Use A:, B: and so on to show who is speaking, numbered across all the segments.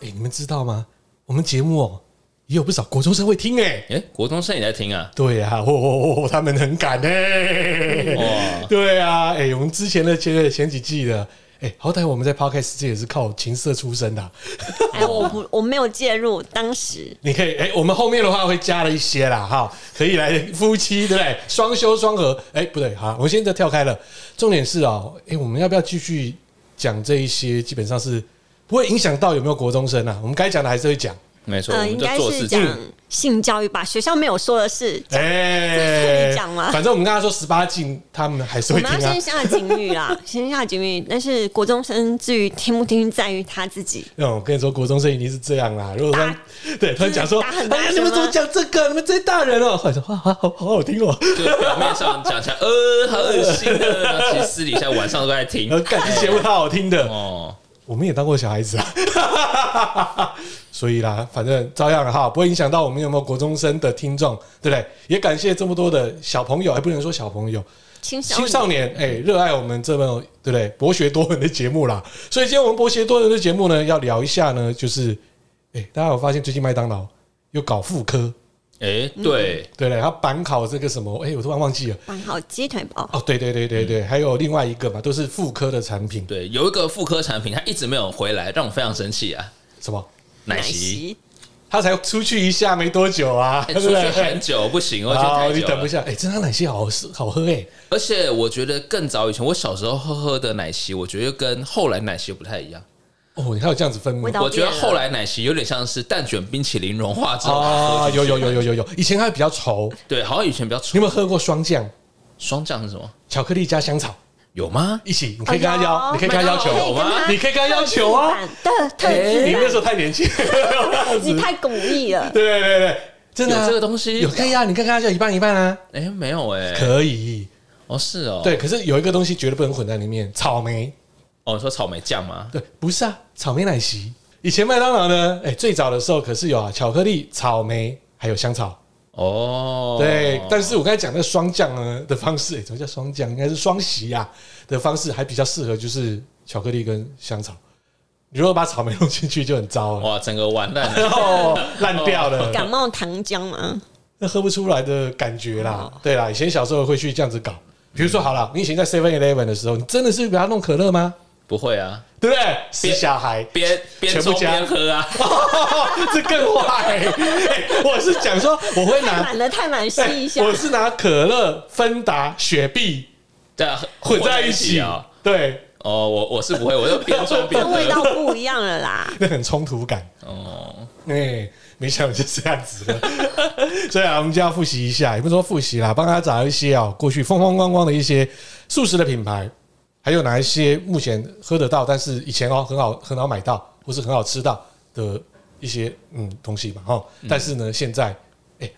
A: 哎知道吗？我们节目哦、也有不少国中生会听哎、
B: 哎、国中生也在听啊，
A: 对啊，哦哦哦，他们很敢哎、
B: 哇，
A: 对啊，哎、我们之前的前前几季的，哎、好歹我们在 podcast 界也是靠情色出身的啊、
C: 哎，我不，我没有介入，当时
A: 你可以，哎、我们后面的话会加了一些啦，哈，可以来夫妻，对不对？双修双和，哎、不对，好，我现在跳开了。重点是哦，哎、我们要不要继续讲这一些？基本上是不会影响到有没有国中生啊，我们该讲的还是会讲。
B: 没错，我
C: 呃，
B: 们
C: 应
B: 就
C: 该
B: 做
C: 是
B: 事
C: 讲
B: 情，
C: 性教育吧，学校没有说的 事，
A: 哎、
C: 你讲吗
A: 反正我们刚才说十八禁，他们还是
C: 我
A: 会
C: 们要
A: 听啊
C: 先。下警语啦， 先下警语。但是国中生至于听不听，在于他自己。
A: 嗯，我跟你说，国中生一定是这样啦。如果
C: 打
A: 说对他讲说，
C: 打很大
A: 哎呀，你们
C: 声
A: 怎么
C: 吗
A: 讲这个？你们这些大人哦，我说哇，好好好好听哦。
B: 就表面上讲起来，呃，好恶心的，然后其实私底下晚上都在听
A: 然后感觉节目超好听的，
B: 哦。
A: 我们也当过小孩子啊，所以啦，反正照样了哈，不会影响到我们有没有国中生的听众，对不对？也感谢这么多的小朋友，还不能说小朋友，
C: 青少
A: 青少年，哎、热爱我们这么对不对博学多闻的节目啦。所以今天我们博学多闻的节目呢，要聊一下呢，就是，哎、大家有发现最近麦当劳又搞复科，
B: 哎，对，
A: 对不对？他板考这个什么，哎、我突然忘记了。
C: 绑好鸡腿堡，
A: 哦，对对对对
B: 嗯
A: 对，还有另外一个嘛，都是妇科的产品，
B: 对，有一个妇科产品，它一直没有回来，让我非常生气啊！
A: 什么？
B: 奶昔，，
A: 他才出去一下没多久啊，对
B: 哎
A: 不
B: 出
A: 对？
B: 去很久不行，我觉
A: 好，
B: 得太
A: 你
B: 久
A: 等
B: 了
A: 一。下，哎、真的奶昔好好吃好喝哎、
B: 而且我觉得更早以前，我小时候喝喝的奶昔，我觉得跟后来奶昔不太一样。
A: 哦，你还有这样子分
C: 味
A: 明
C: 道
B: 我觉得后来奶昔有点像是蛋卷冰淇淋融化之后，
A: 啊，有有有
B: 哦有，
A: 有有有，以前还比较稠，
B: 对，好像以前比较
A: 你有
B: 纯。
A: 没有喝过双酱
B: 霜降是什么？
A: 巧克力加香草
B: 有吗？
A: 一起？你可以跟他要，
C: 哦
A: 你可以跟他要求，
B: 麦当劳有吗
A: 你可以跟他要求啊。
C: 对，特
A: 你那时
C: 制
A: 候太年轻，对
C: 版，你太古 意了。
A: 对对对，真
B: 有
A: 的啊、
B: 这个东西
A: 有？可以啊，你可以跟他要一半一半啊，
B: 哎，没有哎。
A: 可以。
B: 哦，是哦。
A: 对，可是有一个东西绝对不能混在里面，草莓。
B: 哦，你说草莓酱吗？
A: 对，不是啊，草莓奶昔。以前麦当劳呢，哎、最早的时候可是有啊，巧克力、草莓还有香草。
B: 哦，
A: 对，但是我刚才讲的双酱呢的方式，诶什么叫双酱？应该是双席啊的方式，还比较适合就是巧克力跟香草。你如果把草莓弄进去就很糟了，
B: 哇，整个完 蛋了。
A: 哦，烂掉了，
C: 感冒糖浆 嘛，
A: 那喝不出来的感觉啦。对啦，以前小时候会去这样子搞，比如说好了，你以前在 Seven Eleven 的时候，你真的是给他弄可乐吗？
B: 不会啊，
A: 对不对？死小孩，
B: 边边
A: 全部
B: 抽
A: 加
B: 边喝啊。
A: 这更 坏、诶我是讲说我会
C: 太
A: 拿，
C: 满了，太满，吸
A: 诶
C: 一下
A: 哎我。是拿可乐、芬达、雪碧
B: 对啊，
A: 混在一起
B: 啊。
A: 对，
B: 哦，我我是不会，我就边抽边
C: 那
B: 喝
C: 味。道不一样了啦，
A: 那很冲突感。
B: 哦，
A: 哎、没想到就这样子了。 所以啊，我们就要复习一下，也不是说复习啦，帮大家找一些哦，过去风风光光的一些素食的品牌，还有哪一些目前喝得到，但是以前哦很好很好买到，或是很好吃到的一些嗯东西嘛哈。但是呢，现在哎、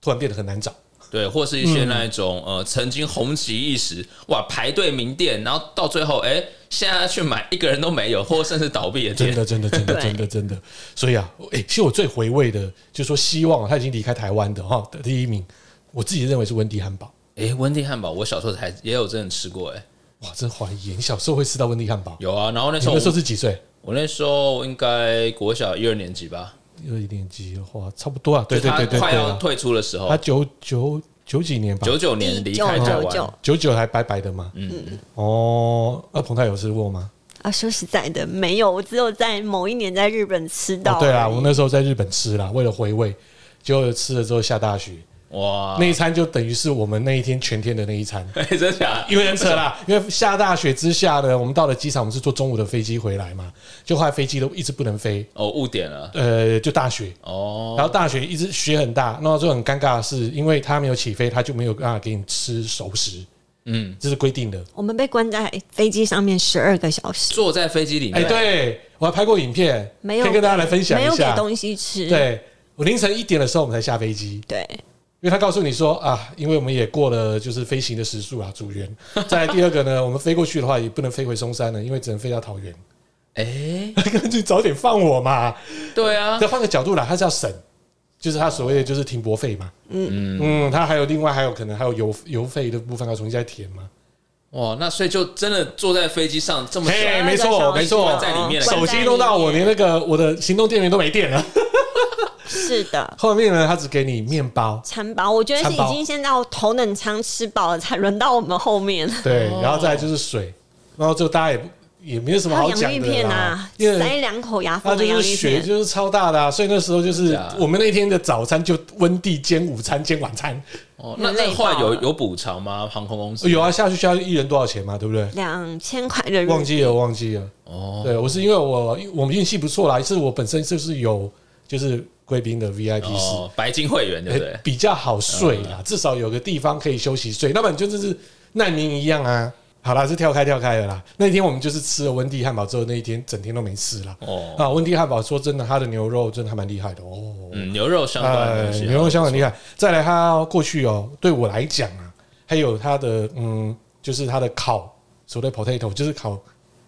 A: 突然变得很难找。
B: 对，或是
A: 嗯
B: 一些那一种、呃，曾经红极一时，哇，排队名店，然后到最后，哎、现在去买一个人都没有，或甚至倒闭的
A: 真
B: 店。
A: 的，真的，真的，
C: 对
A: 真的，真的。所以啊，哎、其实我最回味的，就是说希望啊他已经离开台湾的哈的第一名，我自己认为是温蒂汉堡。
B: 哎、温蒂汉堡，我小时候还也有真的吃过、哎，
A: 哇，真怀疑，你小时候会吃到温蒂汉堡？
B: 有啊。然后那
A: 你
B: 时候
A: 那时候
B: 我，
A: 是几岁？
B: 我那时候应该国小一二年级吧，
A: 有一年级的话，差不多啊。对
B: 就
A: 对
B: 他
A: 对对
B: 快
A: 对
B: 要
A: 啊，
B: 退出的时候
A: 他，九九九几年吧，
B: 九九年离开台
C: 一九九
B: 湾
C: 九，
A: 九九还白白的嘛。嗯，哦，那彭泰有吃过吗？
C: 啊，说实在的，没有，我只有在某一年在日本吃到
A: 哦
C: 而已。，
A: 对啦，我那时候在日本吃啦，为了回味，结果吃了之后下大雪，
B: 哇，
A: 那一餐就等于是我们那一天全天的那一餐。
B: 哎 真假？
A: 因为很扯啦，因为下大雪之下呢，我们到了机场，我们是坐中午的飞机回来嘛，就后来飞机都一直不能飞，
B: 哦，误点了，
A: 呃，就大雪，
B: 哦，
A: 然后大雪一直雪很大，那就很尴尬的是，因为它没有起飞，它就没有办法给你吃熟食，
B: 嗯，
A: 这是规定的。
C: 我们被关在飞机上面十二个小时，
B: 坐在飞机里
A: 哎、
B: 面，
A: 对我还拍过影片，
C: 没有
A: 可以跟大家来分享
C: 没有
A: 一
C: 给
A: 下。
C: 东西吃。
A: 对我凌晨一点的时候我们才下飞机，
C: 对，
A: 因为他告诉你说啊，因为我们也过了就是飞行的时速啊，组员。再来第二个呢，我们飞过去的话也不能飞回松山了，因为只能飞到桃园。
B: 哎、
A: 干脆早点放我嘛！
B: 对啊，
A: 再换个角度来，他是要省，就是他所谓的就是停泊费嘛。嗯嗯，他还有另外还有可能还有油油费的部分要重新再填嘛。
B: 哇，那所以就真的坐在飞机上这么久，
A: 嘿，
C: 哎
A: 没错，没错，
B: 关在里面了
A: 啊哦手机弄到我连那个我的行动电源都没电了。
C: 是的，
A: 后面呢，他只给你面包，
C: 餐饱，我觉得是
A: 餐饱
C: 已经先到头等舱吃饱了，才轮到我们后面。
A: 对，然后再来就是水，然后就大家也不也没有什么
C: 还
A: 好
C: 有
A: 讲
C: 洋芋
A: 的
C: 片
A: 啦
C: 啊，，
A: 因
C: 塞
A: 为
C: 两口牙
A: 它
C: 缝的
A: 就
C: 洋
A: 是
C: 芋
A: 雪
C: 片，
A: 就是超大的、啊，所以那时候就是啊
B: 假的
A: 我们那天的早餐就温蒂兼午餐兼晚餐，
B: 哦，那那后来有有补偿吗？航空公司
A: 有啊，下去下去一人多少钱嘛，对不对？
C: 两千块人
A: 忘
C: 民币。
A: 记了，忘记了。
B: 哦，
A: 对我是因为我我们运气不错啦，是我本身就是有就是贵宾的 VIP 室，
B: 哦，白金会员对不对？嗯
A: 比较好睡啦，至少有个地方可以休息睡。那么你就真是难民一样啊。好啦，是跳开跳开了啦。那天我们就是吃了温蒂汉堡之后，那一天整天都没吃啦。
B: 哦，
A: 啊，温蒂汉堡说真的，它的牛肉真的还蛮厉害的哦。
B: 嗯，牛肉相关的
A: 哎
B: 东，西，
A: 牛肉香很厉害。再来，它过去哦，对我来讲啊，还有它的嗯，就是它的烤所谓 potato，就是烤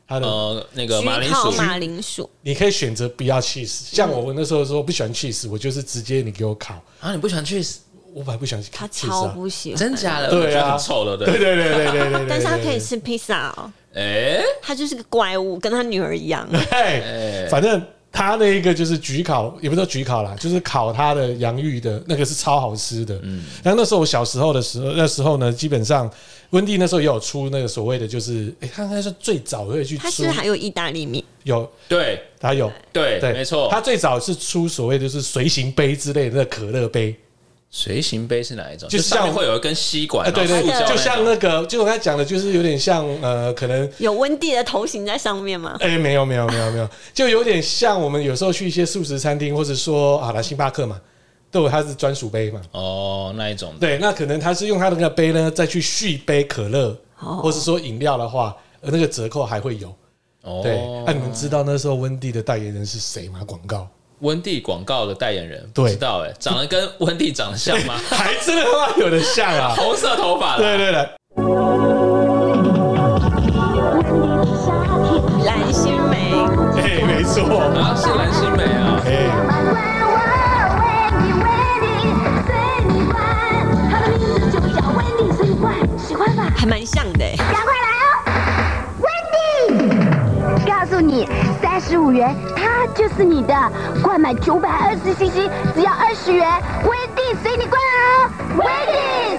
A: 它的
B: 呃，那个马
C: 焗
B: 铃
C: 烤
B: 薯
C: 马铃薯，
A: 你可以选择不要 cheese，像我那时候说不喜欢 cheese，我就是直接你给我烤，
B: 啊，你不喜欢 cheese，
A: 我本来不喜欢
C: 他
A: cheese
C: 超
A: 啊，
C: 不喜欢，
B: 真假的？
A: 对啊
B: 我觉得很臭的，
A: 对
B: 对。
A: 对对对对对 对，
C: 但是他可以
A: 对，
C: 吃披萨哦，
B: 哎，
C: 他就是个怪物，跟他女儿一样。
A: 哎，反正他那一个就是焗烤，也不叫焗烤啦，就是烤他的洋芋的那个是超好吃的。嗯，然后那时候我小时候的时候，那时候呢，基本上温蒂那时候也有出那个所谓的，就是哎，他应该是最早会去
C: 他
A: 出
C: 是不是还有意大利面，
A: 有，
B: 对
A: 他有。
B: 对，
A: 对，
B: 没错。
A: 他最早是出所谓的就是随行杯之类的那个可乐杯，
B: 随行杯是哪一种？
A: 就
B: 就
A: 像
B: 上面会有一根吸管，
A: 啊，对对
B: 然后塑胶，
A: 就
B: 那
A: 像
B: 种
A: 那个，就我刚才讲的，就是有点像呃，可能
C: 有温蒂的头型在上面吗？
A: 哎、没有没有没有没有，就有点像我们有时候去一些素食餐厅，或者说啊，来星巴克嘛，都有它是专属杯嘛。
B: 哦那一种的。
A: 对，那可能他是用他的那个杯呢，再去续杯可乐，
C: 哦
A: 或是说饮料的话，呃那个折扣还会有。对，那、你
B: 哦，
A: 们知道那时候温蒂的代言人是谁吗？广告
B: 温蒂广告的代言人，
A: 对？
B: 不知道哎，长得跟温蒂长得像吗
A: 还真的他妈有的像啊！
B: 红色头发
A: 对
B: 的，
A: 对对，
C: 蓝心湄，
A: 哎、没错，
B: 啊，是蓝心湄啊。
A: 哎、
D: 喜欢吧，
C: 还蛮像的欸。
D: 赶快来哦，Wendy！告诉你，三十五元，它就是你的，灌满九百二十 CC，只要二十元，Wendy 随你灌哦，Wendy。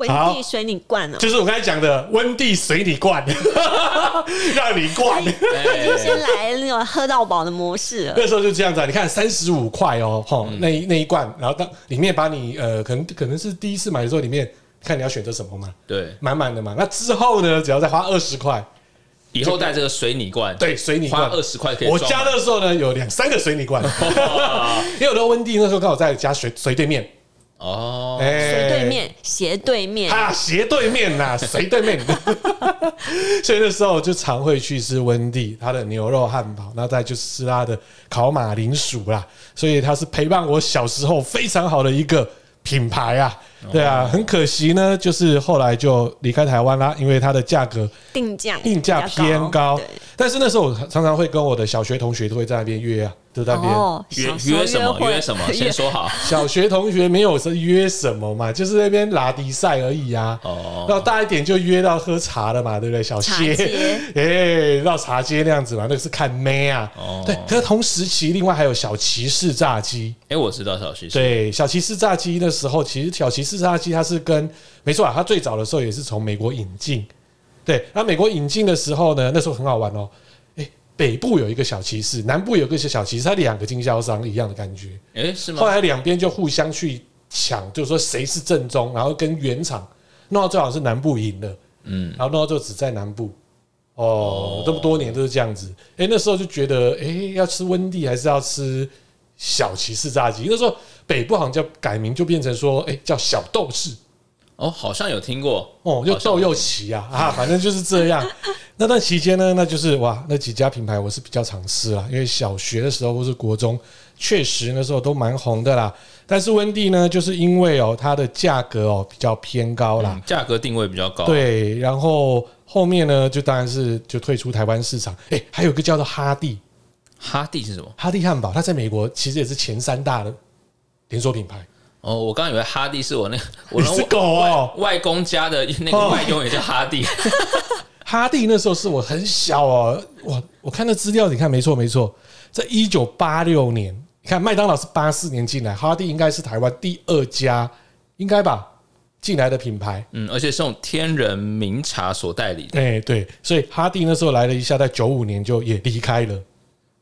C: 温
A: 好
C: 蒂水你灌哦，
A: 就是我刚才讲的温蒂随你灌， 让你灌。
B: 哎
C: 他已经先来那种喝到饱的模式了。
A: 那时候就这样子、啊，你看三十五块哦，吼，
B: 嗯
A: 那一那一罐，然后当里面把你呃，可能可能是第一次买的时候，里面看你要选择什么嘛，
B: 对，
A: 满满的嘛。那之后呢，只要再花二十块，
B: 以后带这个水泥罐，
A: 对，随你
B: 花
A: 灌。
B: 二十块可以
A: 我
B: 装
A: 加
B: 满
A: 的时候呢，有两三个水你 罐，因为我的温蒂那时候刚好在家水水对面，
B: 哦，
A: 哎
C: 斜对面，斜 对面，
A: 啊，斜对面呐、谁对面？ 所以那时候就常会去吃温蒂，它的牛肉汉堡，那再就是吃它的烤马铃薯啦。所以它是陪伴我小时候非常好的一个品牌啊。
C: 哦
A: 对啊，很可惜呢，就是后来就离开台湾啦，因为它的价格
C: 定价
A: 定价
C: 比较
A: 偏高
C: 哦对。
A: 但是那时候我常常会跟我的小学同学都会在那边约啊，都在那边。
C: 哦，
B: 约
C: 小时
B: 约
C: 候
B: 什么
C: 会
B: 约什 么，先说好
A: 小学同学没有是约什么嘛，就是那边拉迪赛而已啊。
B: 哦
A: 然后大一点就约到喝茶了嘛，对不对？小歇
C: 茶 街，
A: 哎、到茶街那样子嘛，那个是看妹啊。
B: 哦
A: 对，可是同时期另外还有小骑士炸鸡，
B: 哎，我知道小西是
A: 对，小骑士炸鸡那时候其实小骑士炸鸡它是跟没错啊，它最早的时候也是从美国引进。对，那美国引进的时候呢，那时候很好玩哦。哎，北部有一个小骑士，南部有一个小骑士，它两个经销商一样的感觉。
B: 哎是
A: 后
B: 吗？
A: 来两边就互相去抢，就是说谁是正宗，然后跟原厂弄到最好是南部赢了，嗯，然后弄到最后只在南部。哦，这么多年都是这样子。哎、那时候就觉得，哎、要吃温蒂还是要吃小骑士炸鸡？那时候北部好像叫改名，就变成说，哎、叫小斗士。
B: 哦，好像有听过
A: 哦，就
B: 好像
A: 斗又奇啊 啊，反正就是这样。那段期间呢，那就是哇，那几家品牌我是比较常吃啦，因为小学的时候或是国中，确实那时候都蛮红的啦。但是温蒂呢，就是因为哦，它的价格哦比较偏高啦，
B: 嗯价格定位比较高，，
A: 对，然后后面呢，就当然是就退出台湾市场。诶，还有一个叫做哈蒂
B: 哈蒂是什么？
A: 哈蒂汉堡，它在美国其实也是前三大的连锁品牌。
B: 哦，我刚以为哈蒂是我 那个，我
A: 你
B: 那
A: 是狗哦
B: 外公家的那个
A: 哦
B: 外佣也叫哈蒂，
A: 哈蒂那时候是我很小哦，我我看那资料，你看没错没错，在一九八六年，你看麦当劳是八四年进来，哈蒂应该是台湾第二家，应该吧进来的品牌。
B: 嗯，而且是用天人名茶所代理的。
A: 哎、对，所以哈蒂那时候来了一下，在九五年就也离开了。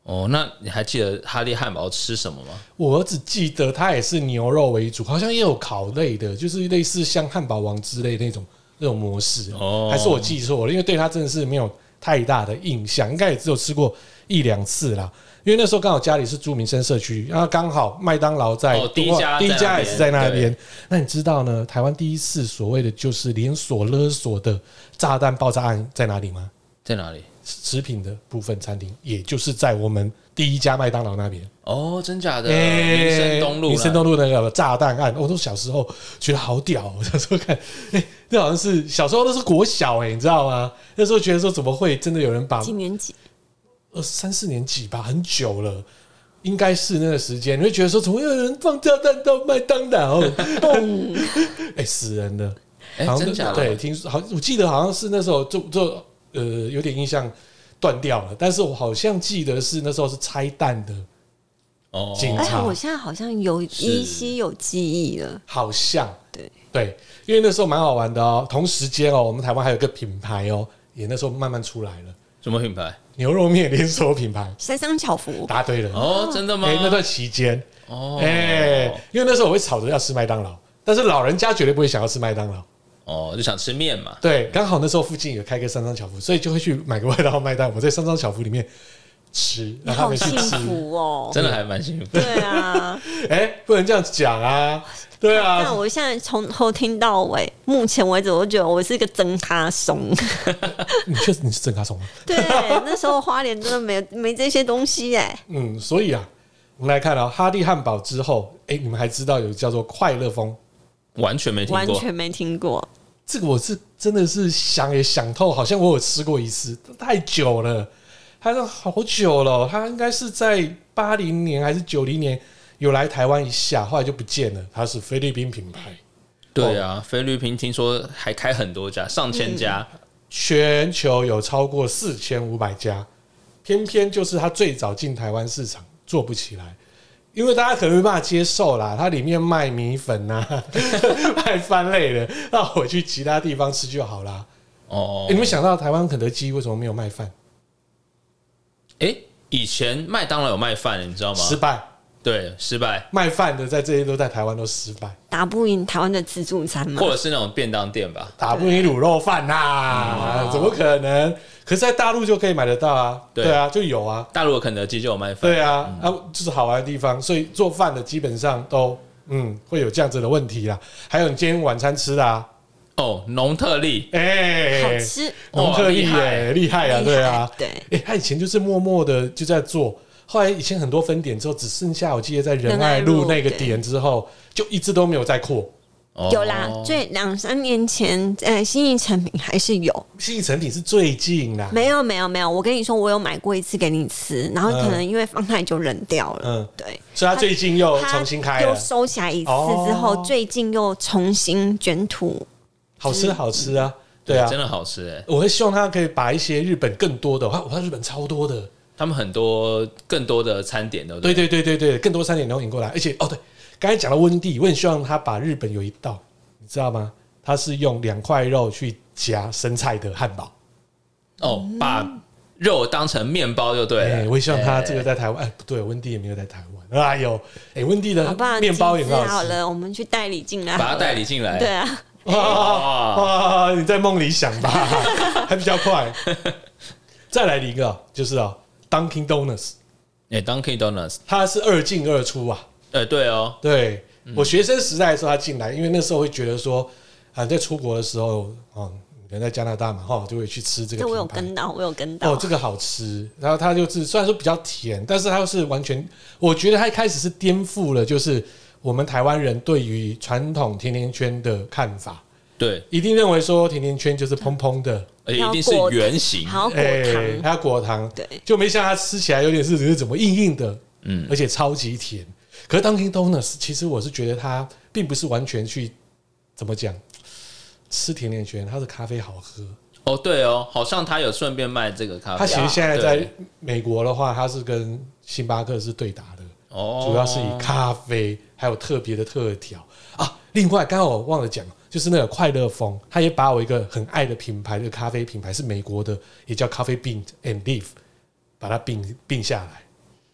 B: 哦，那你还记得哈利汉堡吃什么吗？
A: 我只记得它也是牛肉为主，好像也有烤类的，就是类似像汉堡王之类那种那种模式。
B: 哦
A: 哦，还是我记错了，因为对它真的是没有太大的印象，应该也只有吃过一两次啦。因为那时候刚好家里是住民生社区，然后刚好麦当劳在
B: 哦第一家
A: 第一
B: 在那
A: 家也
B: 边
A: 是在那
B: 对
A: 边。那你知道呢？台湾第一次所谓的就是连锁勒索的炸弹爆炸案在哪里吗？
B: 在哪里？
A: 食品的部分餐厅，也就是在我们第一家麦当劳那边。
B: 哦，真假的？
A: 哎
B: 民生东路啦，
A: 民生东路那个炸弹案，我都小时候觉得好屌哦， 我小时候看，哎、那好像是小时候那是国小哎、你知道吗？那时候觉得说怎么会真的有人把
C: 几年级？
A: 二三四年级吧，很久了。应该是那个时间，你会觉得说，怎么有人放炸弹到麦当 劳？ 哦哎、死人了！
B: 哎、
A: 好像
B: 真假的？
A: 对，听说好，我记得好像是那时候就就呃有点印象断掉了，但是我好像记得是那时候是拆弹的，
B: 哦，
A: 警
C: 而且
A: 察
C: 哎我现在好像有依稀有记忆了，
A: 好像
C: 对
A: 对，因为那时候蛮好玩的哦。同时间哦，我们台湾还有一个品牌哦，也那时候慢慢出来了，
B: 什么品牌？
A: 牛肉面连锁品牌，
C: 三商巧福。
A: 答对了。
B: 哦，真的吗？
A: 哎、那段期间，
B: 哦，
A: 哎、因为那时候我会吵着要吃麦当劳，但是老人家绝对不会想要吃麦当劳。
B: 哦，就想吃面嘛。
A: 对，刚好那时候附近有开个三张巧福，所以就会去买个麦当劳麦当劳，我在三张巧福里面吃，
C: 你
A: 让他
C: 好
A: 们去
C: 幸
A: 吃。
C: 福哦！
B: 真的还蛮幸福。
C: 对啊，
A: 哎、不能这样讲啊，对
C: 但
A: 啊，
C: 我现在从头听到尾，目前为止，我觉得我是一个真咖怂。
A: 你确实你是真卡虫吗？
C: 对，那时候花莲真的没没这些东西哎、
A: 嗯，所以啊，我们来看啊、哈利汉堡之后，哎、你们还知道有叫做快乐风，
B: 完全没听
C: 完
B: 过。
C: 全没听过。
A: 这个我是真的是想也想透，好像我有吃过一次，太久了，它是好久了，它应该是在八零年还是九零年有来台湾一下，后来就不见了，它是菲律宾品牌，
B: 对啊，菲律宾听说还开很多家，上千家。
A: 全球有超过四千五百家，偏偏就是它最早进台湾市场做不起来，因为大家可能没办法接受啦，它里面卖米粉呐、 卖饭类的，那我去其他地方吃就好啦。
B: 哦
A: 欸，你们想到台湾肯德基为什么没有卖饭？
B: 哎、以前麦当劳有卖饭，你知道吗？
A: 失败，
B: 对，失败，
A: 卖饭的在这些都在台湾都失败，
C: 打不赢台湾的自助餐嘛
B: 或？者是那种便当店吧。
A: 打不赢卤肉饭呐、怎么可能？可是，在大陆就可以买得到啊，
B: 啊对
A: 对啊，就有啊，
B: 大陆的肯德基就有卖饭。
A: 对啊，啊，就是好玩的地方，所以做饭的基本上都嗯会有这样子的问题啦。还有你今天晚餐吃的啊，
B: 哦，农特利，
A: 哎、
C: 好吃，
A: 农特利
B: 哇厉害
A: 耶，厉害啊，
C: 厉害
A: 对啊，
C: 对，
A: 哎、他以前就是默默的就在做，后来以前很多分点之后，只剩下我记得在仁
C: 仁爱
A: 爱路
C: 路
A: 那个
C: 对
A: 点之后，就一直都没有再扩。
B: 哦
C: 有啦，最两三年前，呃，新义成品还是有。
A: 新义成品是最近啦，
C: 没有，没有，没有。我跟你说，我有买过一次给你吃，然后可能因为放太久冷掉了。
A: 嗯，
C: 对，
A: 所以他最近又
C: 它
A: 重新开
C: 又
A: 了，
C: 收起来一次之后，
A: 哦
C: 最近又重新卷土。
A: 好
C: 嗯
A: 吃好吃啊，对啊
B: 真，的好吃哎、
A: 我会希望他可以把一些日本更多的，哇，我看日本超多的。
B: 他们很多更多的餐点，对不
A: 对
B: 对？
A: 对对对对，更多餐点能引过来，而且哦对，刚才讲到温蒂，我很希望他把日本有一道，你知道吗？他是用两块肉去夹生菜的汉堡。
B: 哦，
C: 嗯
B: 把肉当成面包就对了。
A: 哎，我也希望他这个
B: 哎
A: 在台湾，哎不对，温蒂也没有在台湾。哎呦，哎，温蒂
C: 好
A: 的
C: 不好？
A: 面包也
C: 集资
A: 很
C: 好
A: 好吃。
C: 了，我们去代理进来，
B: 把它代理。进来。
C: 对啊，
A: 哇 哇，你在梦里想吧， 还比较快。再来一个就是啊，Dunkin' Donuts，
B: 哎，Dunkin' Donuts，
A: 它是二进二出啊。
B: 哎，对哦，
A: 对我学生时代的时候，他进来，因为那时候会觉得说，啊，在出国的时候，哦，人在加拿大嘛，哈、就会去吃这个
C: 这我有
A: 品牌。
C: 跟到，我有跟到。
A: 哦，这个好吃，然后它就是虽然说比较甜，但是它又是完全，我觉得它一开始是颠覆了，就是我们台湾人对于传统甜甜圈的看法，
B: 对，
A: 一定认为说甜甜圈就是蓬蓬的，
B: 而呃且一定是圆形。
C: 好果
A: 哎
C: 糖，
A: 它果糖，
C: 对
A: 就没像它吃起来有点是是怎么硬硬的，
B: 嗯
A: 而且超级甜。可是 Dunkin' Donuts 其实我是觉得它并不是完全去怎么讲吃甜甜圈，它的咖啡好喝。
B: 哦，对哦，好像他有顺便卖这个咖啡。
A: 它其实现在在
B: 对
A: 美国的话，它是跟星巴克是对打的。
B: 哦，
A: 主要是以咖啡还有特别的特调啊。另外，刚刚我忘了讲，就是那个快乐风，他也把我一个很爱的品牌，这个咖啡品牌是美国的，也叫 Coffee Bean and Leaf，把它并并下来。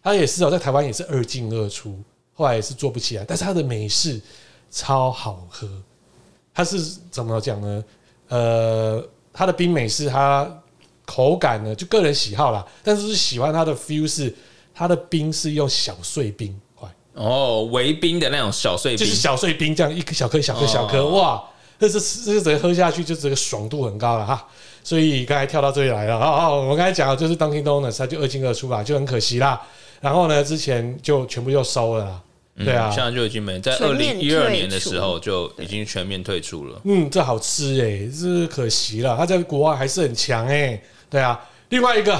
A: 它也是哦，在台湾也是二进二出，后来也是做不起来，但是它的美式超好喝。它是怎么讲呢？呃，它的冰美式它口感呢，就个人喜好啦，但是是喜欢它的 feel 是它的冰是用小碎冰块，
B: 哦，围冰的那种小碎
A: 就
B: 冰
A: 是，小碎冰这样一颗小颗小颗
B: 哦
A: 小颗，哇，这是这个整个喝下去就这个爽度很高了哈。所以刚才跳到这里来了，哦哦，我们刚才讲的就是 Dunkin' Donuts，它就二进二出啦，就很可惜啦。然后呢，之前就全部又收了啦，对啊，
B: 嗯现在就已经没在二
C: 全面
B: 零
C: 退
B: 一
C: 出
B: 二年的时候就已经全面退出了。
A: 嗯，这好吃哎、这可惜了，它在国外还是很强哎、对啊。另外一个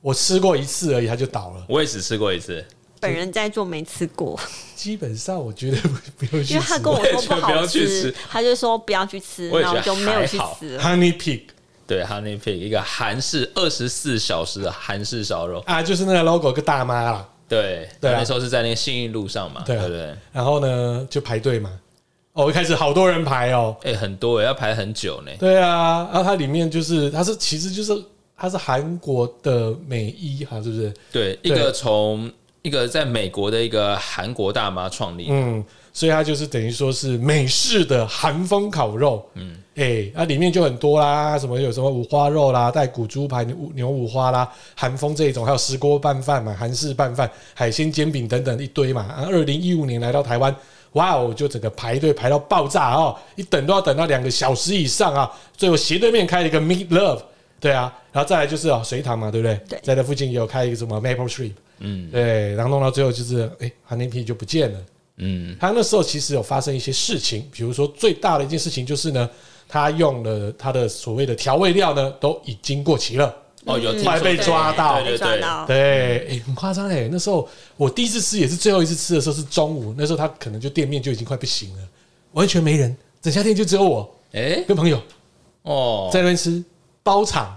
A: 我吃过一次而已，它就倒了。
B: 我也只吃过一次，
C: 本人在做没吃过，基
A: 基本上我觉得不 不用去吃。
C: 因为他跟我说
B: 我也觉得不
C: 好
B: 要去
C: 吃
B: 吃，
C: 他就说不要去吃，
B: 我也
C: 然
B: 觉
C: 后
B: 得
C: 我就没有去
B: 还好
C: 吃了。
A: Honey Pig
B: 对 Honey Pig 一个韩式二十四小时的韩式烧肉，
A: 啊，就是那个 logo 个大妈啦，
B: 对，
A: 对啊
B: 那时候是在那个信义路上嘛，
A: 对
B: 对
A: 啊
B: 不对？
A: 然后呢就排队嘛。哦，一开始好多人排哦。
B: 哎，很多耶要排很久呢。
A: 对啊，然后它里面就是它是其实就是它是韩国的美衣哈，是不是？
B: 对，一个从一个在美国的一个韩国大妈创立，
A: 嗯，所以它就是等于说是美式的韩风烤肉，嗯，哎、那、里面就很多啦，什么有什么五花肉啦，带骨猪排、牛牛五花啦，韩风这一种，还有石锅拌饭嘛，韩式拌饭、海鲜煎饼等等一堆嘛。啊，二零一五年来到台湾，哇哦，就整个排队排到爆炸哦，一等都要等到两个小时以上啊。最后斜对面开了一个 Meat Love，对啊，然后再来就是哦隋唐嘛，对不对？
C: 对
A: 在那附近也有开一个什么 Maple Tree，嗯，对，然后弄到最后就是哎，韩林皮就不见了。
B: 嗯，
A: 他那时候其实有发生一些事情，比如说最大的一件事情就是呢，他用了他的所谓的调味料呢，都已经过期了。
B: 哦，有听
A: 后来
B: 说
A: 被
B: 过
A: 抓到
B: 对对
C: 嗯抓
B: 对，
C: 到，
A: 对，诶很夸张哎！那时候我第一次吃也是最后一次吃的时候是中午，那时候他可能就店面就已经快不行了，完全没人，整家店就只有我
B: 哎，
A: 跟朋友
B: 哦，。
A: 在那边吃包场，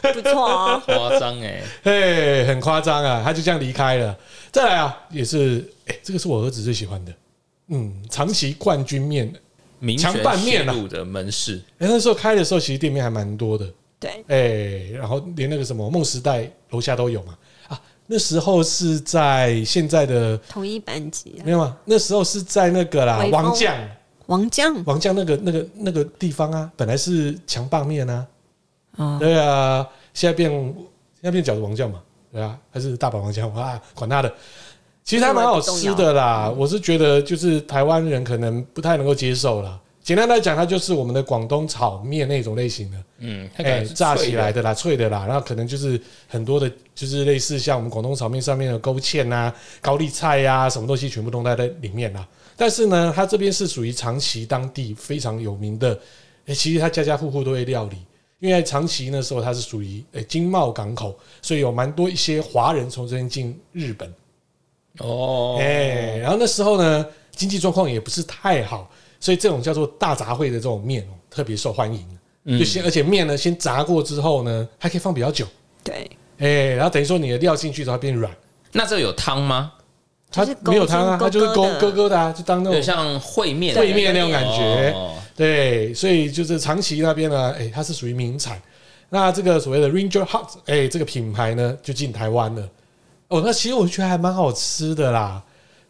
C: 不错哦
B: 夸张哎，
A: 嘿，很夸张啊！他就这样离开了。再来啊，也是哎、这个是我儿子最喜欢的，嗯，长崎冠军面。
B: 民
A: 强
B: 权
A: 拌
B: 西
A: 面啊
B: 路的门市，
A: 哎、那时候开的时候其实店面还蛮多的，
C: 对，
A: 哎、然后连那个什么梦时代楼下都有嘛。啊，那时候是在现在的
C: 同一班级啊
A: 没有吗？那时候是在那个啦，
C: 微风
A: 王将
C: 王将
A: 王将那个那个那个地方啊，本来是强棒面啊，
C: 啊，
A: 对啊，现在变现在变饺子王将嘛，对啊，还是大阪王将哇，管他的。其实它蛮好吃的啦，我是觉得就是台湾人可能不太能够接受啦。简单来讲，它就是我们的广东炒面那种类型的。
B: 嗯，它
A: 哎、
B: 感觉是
A: 炸
B: 脆
A: 起
B: 的
A: 来的啦，脆的啦，然后可能就是很多的，就是类似像我们广东炒面上面的勾芡啊、高丽菜呀、啊，什么东西全部都在在里面啦。但是呢，它这边是属于长崎当地非常有名的，哎、其实它家家户户都会料理，因为长崎那时候它是属于哎经贸港口，所以有蛮多一些华人从这边进日本。
B: 哦，
A: 哎、然后那时候呢，经济状况也不是太好，所以这种叫做大杂烩的这种面哦，特别受欢迎。
B: 嗯
A: 就先，而且面呢，先炸过之后呢，还可以放比较久，
C: 对，
A: 哎、然后等于说你的料进去之后它变软，
B: 那这个有汤吗？
A: 它
C: 就是勾
A: 没有汤啊，
C: 心
A: 它就是勾
C: 勾
A: 勾
C: 勾
A: 勾的啊，就当那
B: 有点
A: 种
B: 像烩面的
A: 烩面那种感
B: 感
A: 觉。
B: 哦
A: 对，所以就是长崎那边呢，哎、它是属于名产。那这个所谓的 Ranger Hut，哎、这个品牌呢就进台湾了。哦，那其实我觉得还蛮好吃的啦，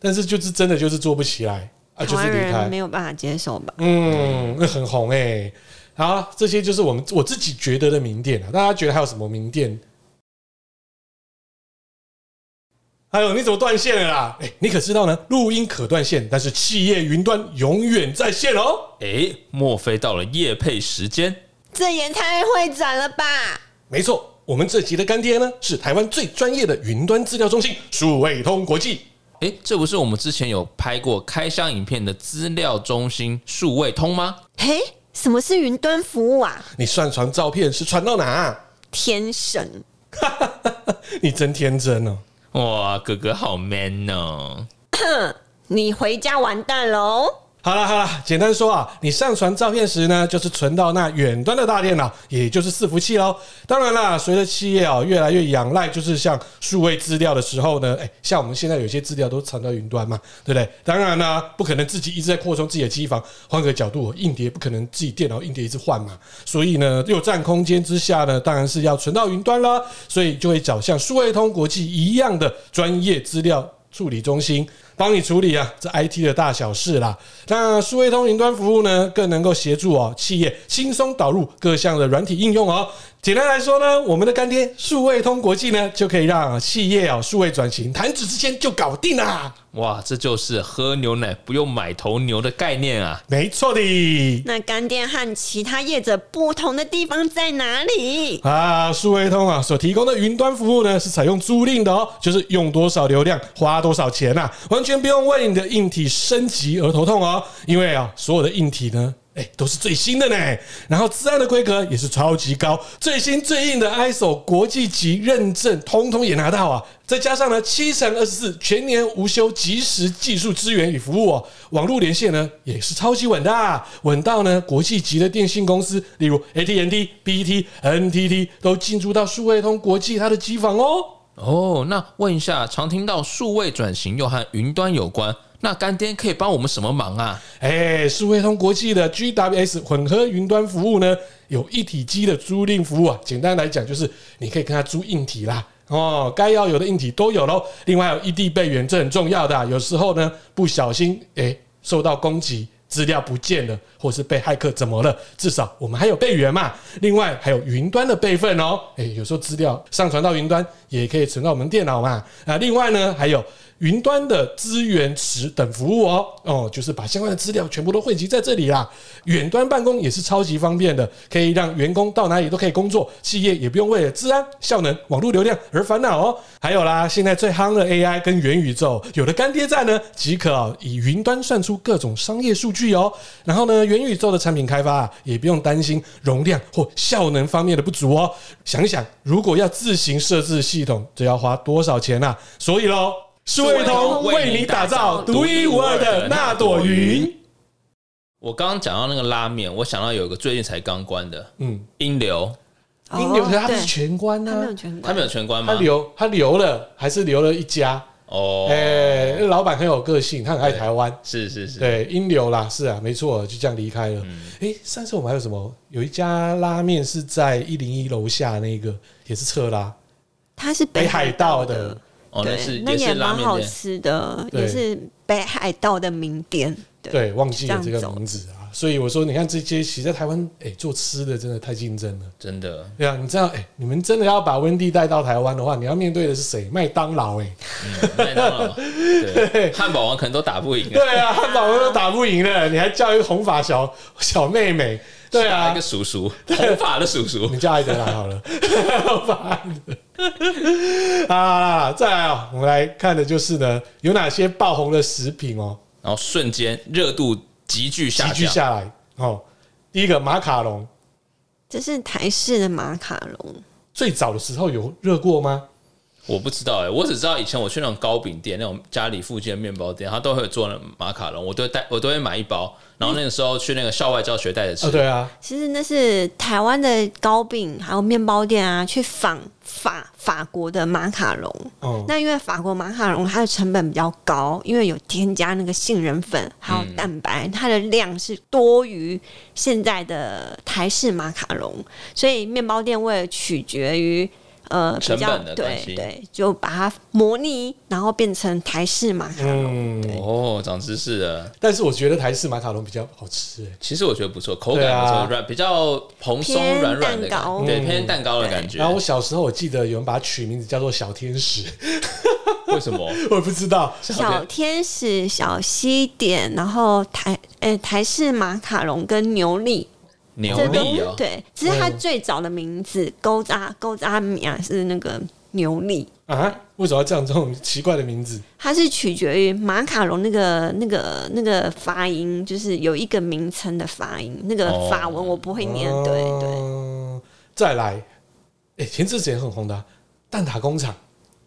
A: 但是就是真的就是做不起来啊，
C: 台
A: 就是
C: 湾
A: 离开
C: 人没。有办法接受吧？
A: 嗯，那很红哎、好，这些就是我们我自己觉得的名店啊。大家觉得还有什么名店？还有你怎么断线了啦？哎、你可知道呢？录音可断线，但是企业云端永远在线哦。
B: 哎，莫非到了夜配时间？
C: 这也太会转了吧！
A: 没错，我们这集的干爹呢是台湾最专业的云端资料中心数位通国际。
B: 哎，这不是我们之前有拍过开箱影片的资料中心数位通吗？
C: 嘿，什么是云端服务啊？
A: 你上传照片是传到哪、
C: 天神，
A: 你真天真哦。
B: 哇，哥哥好 man 哦！
C: 你回家完蛋喽！
A: 好了好了，简单说啊，你上传照片时呢，就是存到那远端的大电脑，也就是伺服器喽。哦当然啦，随着企业啊越来越仰赖，就是像数位资料的时候呢，哎、像我们现在有些资料都藏到云端嘛，对不对？当然啦、不可能自己一直在扩充自己的机房。换个角度，硬碟不可能自己电脑硬碟一直换嘛，所以呢，又占空间之下呢，当然是要存到云端啦。所以就会找像数位通国际一样的专业资料处理中心，帮你处理啊这 IT 的大小事啦。那数位通云端服务呢，更能够协助哦企业轻松导入各项的软体应用哦。简单来说呢，我们的干爹数位通国际呢，就可以让企业啊数位转型弹指之间就搞定啦。
B: 哇，这就是喝牛奶不用买头牛的概念啊！
A: 没错的。
C: 那干爹和其他业者不同的地方在哪里？
A: 啊，数位通啊所提供的云端服务呢，是采用租赁的哦，就是用多少流量花多少钱呐、完全不用为你的硬体升级而头痛哦，因为啊，所有的硬体呢。哎、都是最新的呢，然后自安的规格也是超级高，最新最硬的 ISO 国际级认证，通通也拿到啊！再加上呢，七乘二十四全年无休，及时技术支援与服务哦，网络连线呢也是超级稳的、啊，稳到呢国际级的电信公司，例如 AT&T、BT、NTT 都进驻到数位通国际它的机房哦。
B: 哦，那问一下，常听到数位转型又和云端有关，那干爹可以帮我们什么忙啊？
A: 哎，数位通国际的 GWS 混合云端服务呢，有一体机的租赁服务啊。简单来讲，就是你可以跟他租硬体啦。哦，该要有的硬体都有喽。另外还有异地备援，这很重要的啊、有时候呢，不小心哎受到攻击，资料不见了，或是被骇客怎么了，至少我们还有备援嘛。另外还有云端的备份哦，哎，有时候资料上传到云端也可以存到我们电脑嘛。啊，另外呢还有。云端的资源池等服务哦，哦，就是把相关的资料全部都汇集在这里啦。远端办公也是超级方便的，可以让员工到哪里都可以工作，企业也不用为了治安、效能、网络流量而烦恼哦。还有啦，现在最夯的 AI 跟元宇宙，有的干爹在呢，即可啊以云端算出各种商业数据哦。然后呢，元宇宙的产品开发啊，也不用担心容量或效能方面的不足哦。想一想，如果要自行设置系统，这要花多少钱啊？所以喽。数位通为你打造独一无二的那朵云。
B: 我刚刚讲到那个拉面，我想到有一个最近才刚关的
A: 嗯，
B: 英流，
A: 因为它不是
C: 哦对
A: 全啊关
C: 他没
A: 呢
C: 有，全
B: 他
C: 啊关，
B: 没有全关
A: 它
B: 吗？
A: 留它留了，还是留了一家。
B: 哦，
A: 哎，老板很有个性，他很爱台湾。
B: 是是是，
A: 对，英流啦，是啊，没错，就这样离开了。哎，上次我们还有什么？有一家拉面是在一零一楼下那个，也是撤拉
C: 他是
A: 北海道
C: 的
A: 的。。
B: 哦，那是
C: 对，那
B: 是
C: 也
B: 拉
C: 蛮好
B: 面店，
C: 吃的，
A: 对
C: 也是北海道的名店。对，
A: 对，忘记了这
C: 这
A: 个
C: 样走
A: 名字啊。所以我说，你看这些，其实在台湾，哎，做吃的真的太竞争了。
B: 真的
A: 对啊，你知道，哎、你们真的要把温蒂带到台湾的话，你要面对的是谁？麦当劳、哎，
B: 麦当劳，对，汉堡王可能都打不赢啊，
A: 对啊，汉堡王都打不赢了，你还叫一个红发小小妹妹， 对
B: 打
A: 啊
B: 一个，叔叔，红发的叔叔
A: 你，叫艾德来好了， 烦啊！再来啊、我们来看的就是呢，有哪些爆红的食品哦，
B: 然后瞬间热度急
A: 集
B: 剧下
A: 聚
B: 降，
A: 下来哦。第一个马卡龙，
C: 这是台式的马卡龙，
A: 最早的时候有热过吗？
B: 我不知道哎、我只知道以前我去那种糕饼店，那种家里附近的面包店，他都会有做那马卡龙，我都会带，我都会买一包。然后那个时候去那个校外教学带着吃，
A: 哦，对啊，
C: 其实那是台湾的糕饼还有面包店啊，去仿法法国的马卡龙。
A: 哦，
C: 那因为法国马卡龙它的成本比较高，因为有添加那个杏仁粉还有蛋白，它的量是多于现在的台式马卡龙，所以面包店为了取决于呃比
B: 成
C: 较
B: 本的关
C: 对
B: 系
C: 对，就把它模拟，然后变成台式马卡龙。
A: 嗯，
B: 哦，长知识了。
A: 但是我觉得台式马卡龙比较好吃、哎。
B: 其实我觉得不错，口
A: 对
B: 感
A: 啊
B: 不错，软、比较蓬松
C: 偏
B: 软软的
C: 蛋糕
B: 感觉，对，
A: 嗯
B: 偏蛋糕的感觉
A: 然。后我小时候我记得有人把它取名字叫做小天使，
B: 为什么？
A: 我也不知道。
C: 小天使、小西点，然后台诶、台式马卡龙跟牛粒，
B: 牛
C: 这都
B: 力哦，嗯
C: 对，只是它
A: 嗯
C: 最早的名字勾扎勾扎米啊是那个牛粒，
A: 啊，为什么要这样这种奇怪的名字？
C: 它是取决于马卡龙那个那个那个发音，就是有一个名称的发音，那个
B: 哦
C: 法文我不会念，对对。
A: 对。哦再来，哎、前阵子也很红的啊、蛋挞工厂，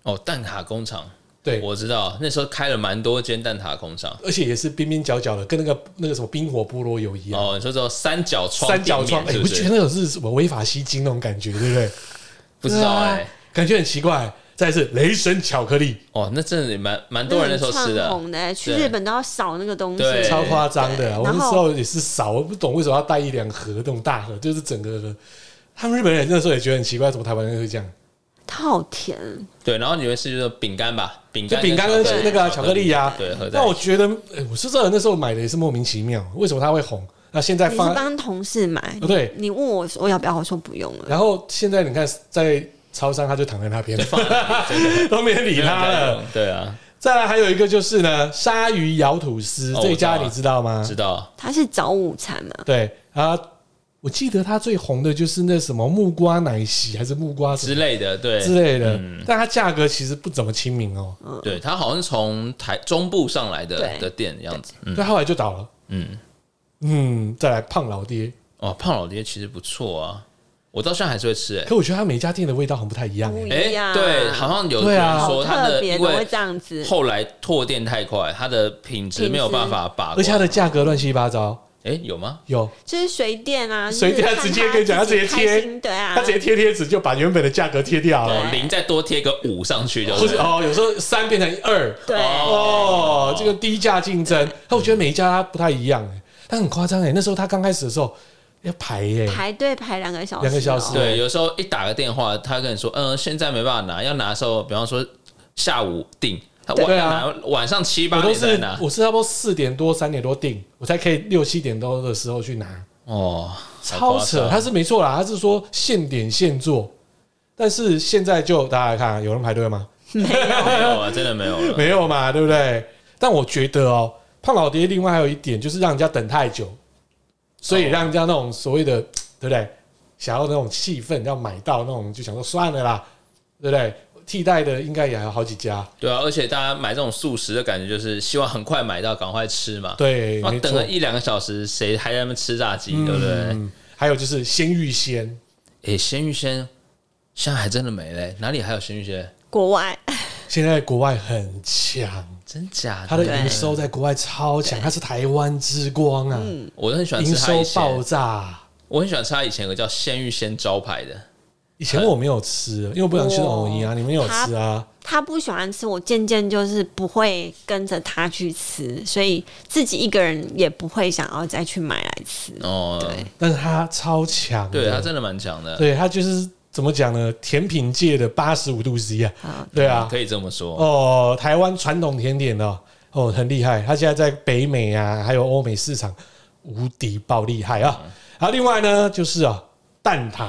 B: 哦哦，蛋挞工厂
A: 对，
B: 我知道那时候开了蛮多间蛋挞工厂。
A: 而且也是边边角角的，跟那个那个什么冰火菠萝油一样，
B: 哦，你说这种三角窗
A: 三角
B: 店
A: 窗，
B: 面
A: 哎、
B: 是
A: 我
B: 不
A: 觉得
B: 是？
A: 那种是什么违法吸金那种感觉，对不对？
B: 不知道哎、
A: 对啊感觉很奇怪。再来是雷神巧克力，
B: 哦，那真的也蛮蛮多人那时候吃
C: 那很
B: 的
C: 窜，红的，去
B: 对
C: 日本都要扫那个东西，
B: 对
A: 超夸张的啊。
C: 对
A: 我那
C: 然后
A: 时候也是少，我不懂为什么要带一两盒那种大盒，就是整个盒。他们日本人那时候也觉得很奇怪，怎么台湾人会这样？
C: 它好甜，
B: 对，然后你们是就是饼干吧，饼
A: 就
B: 干
A: 饼干跟
B: 克力
A: 那个啊巧克力呀
B: 对，合在
A: 那
B: 一
A: 我
B: 起。
A: 觉得，哎我是真的那时候买的也是莫名其妙，为什么它会红？那现在
C: 你是
A: 放，
C: 帮同事买，
A: 哦对
C: 你问我说要不要，我说不用了。
A: 然后现在你看在超商，它就躺在那边，都没人理它了。
B: 对啊，
A: 再来还有一个就是呢，鲨鱼咬吐司
B: 哦
A: 这一家你
B: 我知道啊
A: 知道吗？
B: 知道
C: 它是早午餐嘛，
A: 对啊，我记得它最红的就是那什么木瓜奶昔还是木瓜什
B: 之
A: 么
B: 类的，对
A: 之类的
B: 嗯，
A: 但它价格其实不怎么亲民哦。
B: 对，它好像是从台中部上来的
C: 对
B: 的店的样子，嗯
A: 对，后来就倒了。
B: 嗯，
A: 嗯，再来胖老爹，
B: 哦，胖老爹其实不错啊，我到现在还是会吃哎、
A: 可我觉得它每家店的味道很不太一样、
C: 不
A: 欸
C: 一。
B: 哎、
C: 样
B: 对，好像有
A: 对啊
B: 人
C: 好
B: 说它
C: 特
B: 的，
C: 别
B: 因
C: 的会
B: 为
C: 这样子。
B: 后来拓店太快，它的品质没有办法把
A: 而
B: 关
A: 且。它的价格乱七八糟，
B: 哎、有吗？
A: 有
C: 就是随便啊，
A: 随便
C: 就是
A: 他
C: 看
A: 直接跟你讲
C: 他自己
A: 他直接贴
C: 开心对啊，
A: 它直接贴贴纸就把原本的价格贴掉
B: 哦
A: 了，，
B: 零再多贴个五上去就
A: 或
B: 是
A: 是哦，有时候三变成二，
C: 对，
A: 哦，这个低价竞争，那我觉得每一家它不太一样、欸，但很夸张哎，那时候它刚开始的时候要排欸耶、
C: 排队排两个小时哦，
A: 两个小时
B: 对，有时候一打个电话，他跟你说，嗯、现在没办法拿，要拿的时候，比方说下午定，他晚
A: 对
B: 要
A: 啊
B: 拿晚上七八
A: 我都
B: 点再
A: 是
B: 拿。
A: 我是差不多四点多三点多订，我才可以六七点多的时候去拿，
B: 哦，好
A: 超
B: 夸
A: 扯。
B: 张
A: 他是没错啦，他是说现点现做，但是现在就大家来看啊，有人排队吗？
B: 没有啊，真的没有了。
A: 没有嘛，对不对？但我觉得哦，胖老爹另外还有一点就是让人家等太久，所
B: 哦
A: 以让人家那种所谓的对不对，想要那种气氛要买到那种就想说算了啦，对不对？替代的应该也还有好几家，
B: 对啊，而且大家买这种素食的感觉，就是希望很快买到，赶快吃嘛。
A: 对，
B: 啊
A: 没
B: 等
A: 错
B: 个，一两个小时，谁还在那边吃炸鸡，对不对？
A: 嗯，还有就是鲜芋仙，
B: 诶，鲜芋仙现在还真的没嘞，哪里还有鲜芋仙？
C: 国外，
A: 现在国外很强，
B: 真假的？
A: 它的营收在国外超强，它是台湾之光啊，
B: 我很喜欢
A: 营
B: 吃它
A: 收
B: 以前
A: 爆炸。
B: 我很喜欢吃它以前有个叫鲜芋仙招牌的，
A: 以前我没有吃，因为我不想吃那
B: 哦
A: 种营啊，
C: 哇
A: 你们有吃啊？
C: 他不喜欢吃，我渐渐就是不会跟着他去吃，所以自己一个人也不会想要再去买来吃。
B: 哦，
A: 但是它超强的，
B: 对，它真的蛮强的，
A: 对，它就是怎么讲呢？甜品界的八十五度 C 啊，
C: 啊，
A: 对啊，
B: 可以这么说。
A: 哦，台湾传统甜点哦，哦，很厉害，它现在在北美啊，还有欧美市场无敌爆厉害啊。
B: 嗯
A: 然后另外呢，就是啊，蛋挞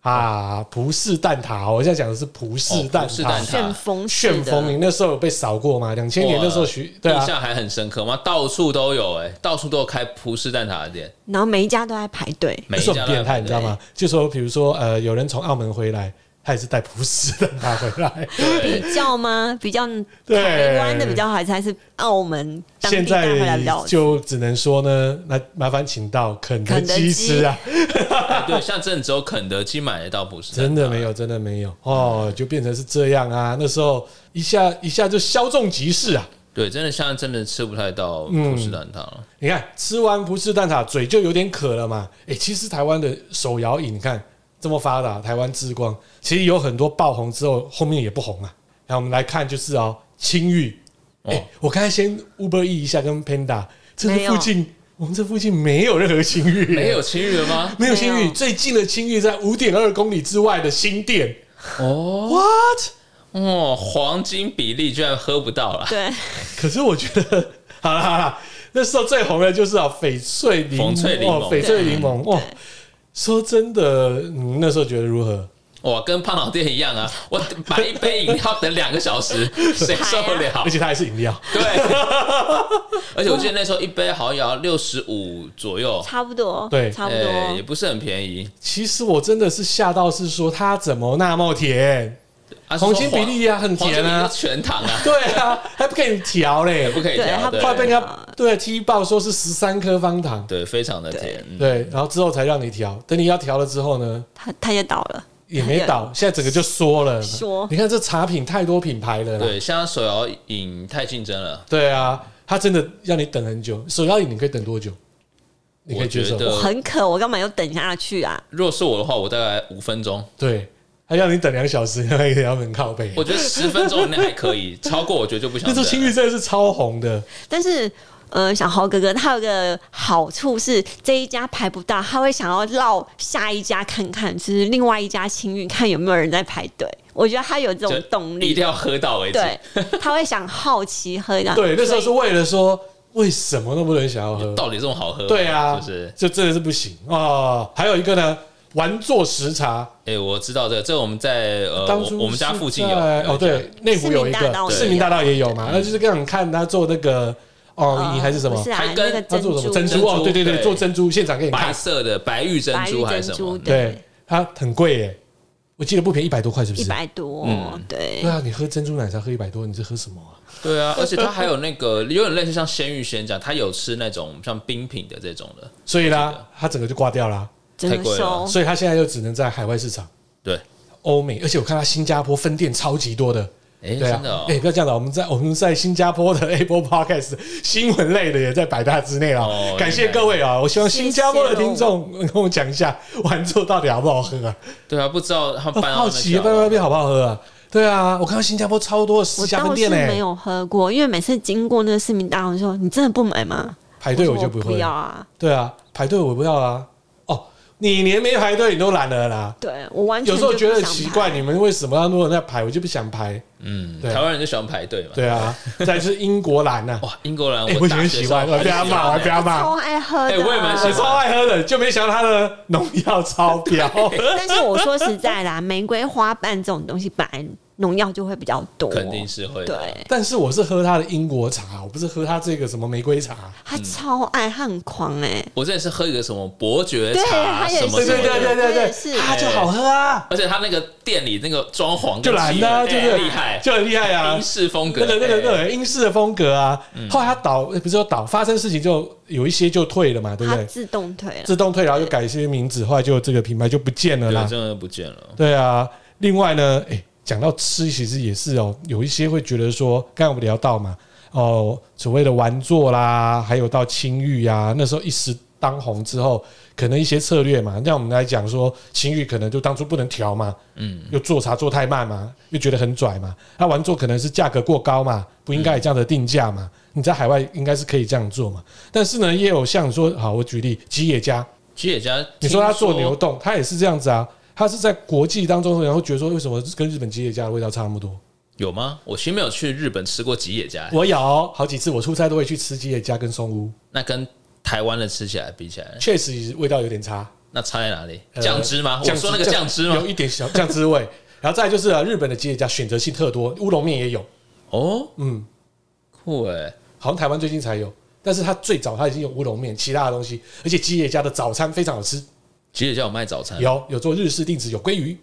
A: 啊，葡式蛋挞，我现在讲的是葡式
B: 哦
A: 蛋
B: 葡式
A: 挞
B: 蛋挞，
C: 旋风式的
A: 旋风，你那时候有被扫过吗？两千年那时候学，对啊
B: 印，象还很深刻吗？到处都有，哎，到处都有开葡式蛋挞的店，
C: 然后每一家都在排队，
A: 那
B: 每一
A: 时
B: 家
A: 候
B: 都
A: 很
B: 有
A: 变态，
B: 排
A: 你知道吗？就说比如说呃，有人从澳门回来，他也是带葡式蛋挞回来。
B: 队？对，
C: 比较吗？比较
A: 对
C: 台湾的比较好吃，还是澳门当地
A: 现
C: 带回来
A: 在
C: 比较好吃？
A: 就只能说呢，那麻烦请到肯德
C: 肯德
A: 基
C: 基
A: 吃啊，
B: 哎对，像这只有肯德基买得到葡式蛋挞，
A: 真的没有，真的没有哦，就变成是这样啊。那时候一下一下就稍纵即逝啊。
B: 对，真的现在真的吃不太到葡式蛋挞了。
A: 你看吃完葡式蛋挞，嘴就有点渴了嘛。诶，其实台湾的手摇饮，你看这么发达，台湾之光，其实有很多爆红之后，后面也不红啊。那我们来看就是哦，青玉，诶，
B: 哦
A: 我刚才先 Uber E 一下跟 Panda，这个
C: 没有
A: 附近我们这附近没有任何青玉、
B: 没有青玉了吗？
A: 没有青
C: 没
A: 玉，
C: 有
A: 最近的青玉在五点二公里之外的新店。
B: 哦
A: What？
B: 哦，黄金比例居然喝不到了。
C: 对，
A: 可是我觉得，好了好了，那时候最红的就是啊，翡翠柠
B: 翡翠
A: 檬，
B: 柠檬
A: 哦翡翠柠檬，哦。说真的，你那时候觉得如何？
B: 哇，跟胖老爹一样啊！我买一杯饮料等两个小 时，谁受得了
A: 而？且它还是饮料，
B: 对，而且我记得那时候一杯好像也要六十五左右，
C: 差不多，
A: 对
C: 差不
B: 哎也
C: 多。
B: 不是很便宜。
A: 其实我真的是吓到，是说它怎么那么甜？
B: 啊
A: 黄金比例呀
B: 是
A: 很
B: 说黄
A: 甜啊
B: 黄金比例是全糖啊，
A: 对啊，还不可以调嘞，
B: 不可以
C: 对
B: 调，
C: 它不
B: 对
A: 后来被人家
C: 啊
A: 对踢爆，说是十三颗方糖，
B: 对，非常的甜。嗯
A: 对，然后之后才让你调，等你要调了之后呢，
C: 他他也倒了，
A: 也没倒，现在整个就缩了。
C: 缩
A: 你看这茶品太多品牌了啦，
B: 对，现在手摇饮太竞争了，
A: 对啊，它真的让你等很久。手摇饮你可以等多久？你可以接受
B: 我觉？得
C: 我很渴，我干嘛要等下去啊？
B: 如果是我的话，我大概五分钟，
A: 对，它让你等两小时，那也要很靠背。
B: 我觉得十分钟以内还可以，超过我觉得就不想
A: 那
B: 等
A: 时候
B: 了。
A: 青玉真的是超红的，
C: 但是，呃，小豪哥哥他有个好处是，这一家排不到，他会想要绕下一家看看，就是另外一家青运看有没有人在排队。我觉得他有这种
B: 就
C: 动
B: 一
C: 力
B: 定，要喝到为止。
C: 对，他会想好奇喝
B: 啊
C: 一 下。
A: 对，那时候是
C: 所以
A: 为了说为什么那么多人想要喝？
B: 到底这种好喝？
A: 对啊，
B: 就是
A: 就真的是不行哦。还有一个呢，玩做时茶，
B: 哎、我知道这个，这个我们在呃，
A: 当
B: 我
A: 初
B: 我们家
A: 是
B: 附近有
A: 在哦，，
B: 有一
A: 对
B: 家，
A: 内湖有一
C: 市民大道
A: 个
C: 也有
A: 市民大道也有嘛，那就是让你看他做那个哦
C: 呃
A: 泥还是什么
C: 不是，啊，
B: 还
C: 那
B: 跟
C: 个
A: 他
C: 珍
A: 做什
C: 珠
A: 么珍珠哦，
B: 珍珠
A: 对对对，
B: 对
A: 做珍珠现场给你
B: 白
A: 看，
B: 色的白玉珍珠还是什么
C: 白玉珍珠？
A: 对，它很贵耶，我记得不便宜，一百多块是不
C: 一
A: 是？
C: 百多，
B: 嗯
C: 对
A: 对。啊，你喝珍珠奶茶喝一百多，你是喝什么啊？
B: 对啊，而且它还有那个有点类似像鲜芋仙这样，它有吃那种像冰品的这种的，
A: 所以
B: 我记
A: 啦
B: 得，
A: 它整个就挂掉啦，
C: 真
B: 太
C: 的
B: 贵了
C: 收，
A: 所以它现在就只能在海外市场。
B: 对，
A: 欧美，而且我看它新加坡分店超级多的。
B: 哎、
A: 对啊
B: 真的、哦，，
A: 哎、不要这样了，我们在我们在新加坡的 Apple Podcast 新闻类的也在百大之内啊、
B: 哦
A: 感谢各位啊！我希望新加坡的
C: 谢谢哦
A: 听众能跟我讲一下，玩做到底好不好喝啊？
B: 对啊，不知道他们搬
A: 哦
B: 到
A: 好
B: 那
A: 奇
B: 个
A: 搬到那边好不好喝啊？对啊，我看到新加坡超多
C: 我
A: 私家分
C: 倒是
A: 店呢、
C: 没有喝过，因为每次经过那个市民大道的时候，你真的不买吗？
A: 排队
C: 我
A: 哎我就
C: 说不
A: 会
C: 要。啊，
A: 对啊，排队我不要啊。哦，你连没排队你都懒了啦。
C: 对我完全
A: 有时候
C: 就
A: 觉
C: 不
A: 得
C: 想
A: 奇
C: 排
A: 怪，你们为什么要那么在排？我就不想排。
B: 嗯，
A: 对啊
B: 台湾人就喜欢排队嘛。
A: 对啊，再来是英国蓝呐、啊，
B: 哇，英国人，
A: 哎
B: 哦我
A: 我
B: 大
A: 很
B: 学
A: 喜
B: 时候
A: 欢，我被他骂，我被他骂。
C: 超爱喝的
B: 哎
C: 啊，
B: 我也蛮喜
A: 我
B: 欢
A: 超爱喝的，就没想到它的农药超标。
C: 但是我说实在啦，玫瑰花瓣这种东西本来农药就会比较多，
B: 肯定是会的。
C: 对。
A: 但是我是喝它的英国茶，我不是喝它这个什么玫瑰茶。
C: 他超爱，他很狂哎、
B: 我之前是喝一个什么伯爵
C: 对
B: 茶
C: 他也
B: 什
C: 是
B: 么
A: 对
B: 什
A: 对
B: 么
A: 对对
B: 的，
A: 对
C: 我也
A: 对，
C: 是
A: 它就好喝啊，
B: 而且他那个店里那个装潢
A: 就
B: 跟
A: 蓝
B: 气
A: 的啊，
B: 氛
A: 就
B: 哎
A: 是
B: 厉害，
A: 就很厉害啊
B: 英。式风格，
A: 那个那个那
B: 哎嗯
A: 个英式的风格啊，后来它倒不是说倒发生事情就有一些就退了嘛，对不
C: 他
A: 对？
C: 自动退了。
A: 自动退，然后就改一些名字，后来就这个品牌就不见了啦
B: 对，。真的不见了。
A: 对啊，另外呢，诶，讲到吃，其实也是哦，有一些会觉得说，刚才我们聊到嘛，哦，所谓的玩座啦，还有到青玉呀、那时候一时当红之后，可能一些策略嘛，让我们来讲说，青玉可能就当初不能调嘛，嗯，又做茶做太慢嘛，又觉得很拽嘛，那玩座可能是价格过高嘛，不应该有这样的定价嘛，你在海外应该是可以这样做嘛，但是呢，也有像说，好，我举例吉野家，
B: 吉野家，
A: 你说他做牛，冻，他也是这样子啊。他是在国际当中，然后觉得说，为什么跟日本吉野家的味道差那么多？
B: 有吗？我其实没有去日本吃过吉野家，
A: 我有好几次，我出差都会去吃吉野家跟松屋，
B: 那跟台湾的吃起来比起来，
A: 确实味道有点差。
B: 那差在哪里？
A: 呃
B: 酱汁吗？我说那个酱汁吗
A: 有？一点小酱汁味。然后再来就是、啊、日本的吉野家选择性特多，乌龙面也有，
B: 哦，
A: 嗯，
B: 酷哎，
A: 好像台湾最近才有，但是它最早它已经有乌龙面，其他的东西，而且吉野家的早餐非常好吃，
B: 吉野家有卖早餐，
A: 有有做日式定食，有鲑鱼，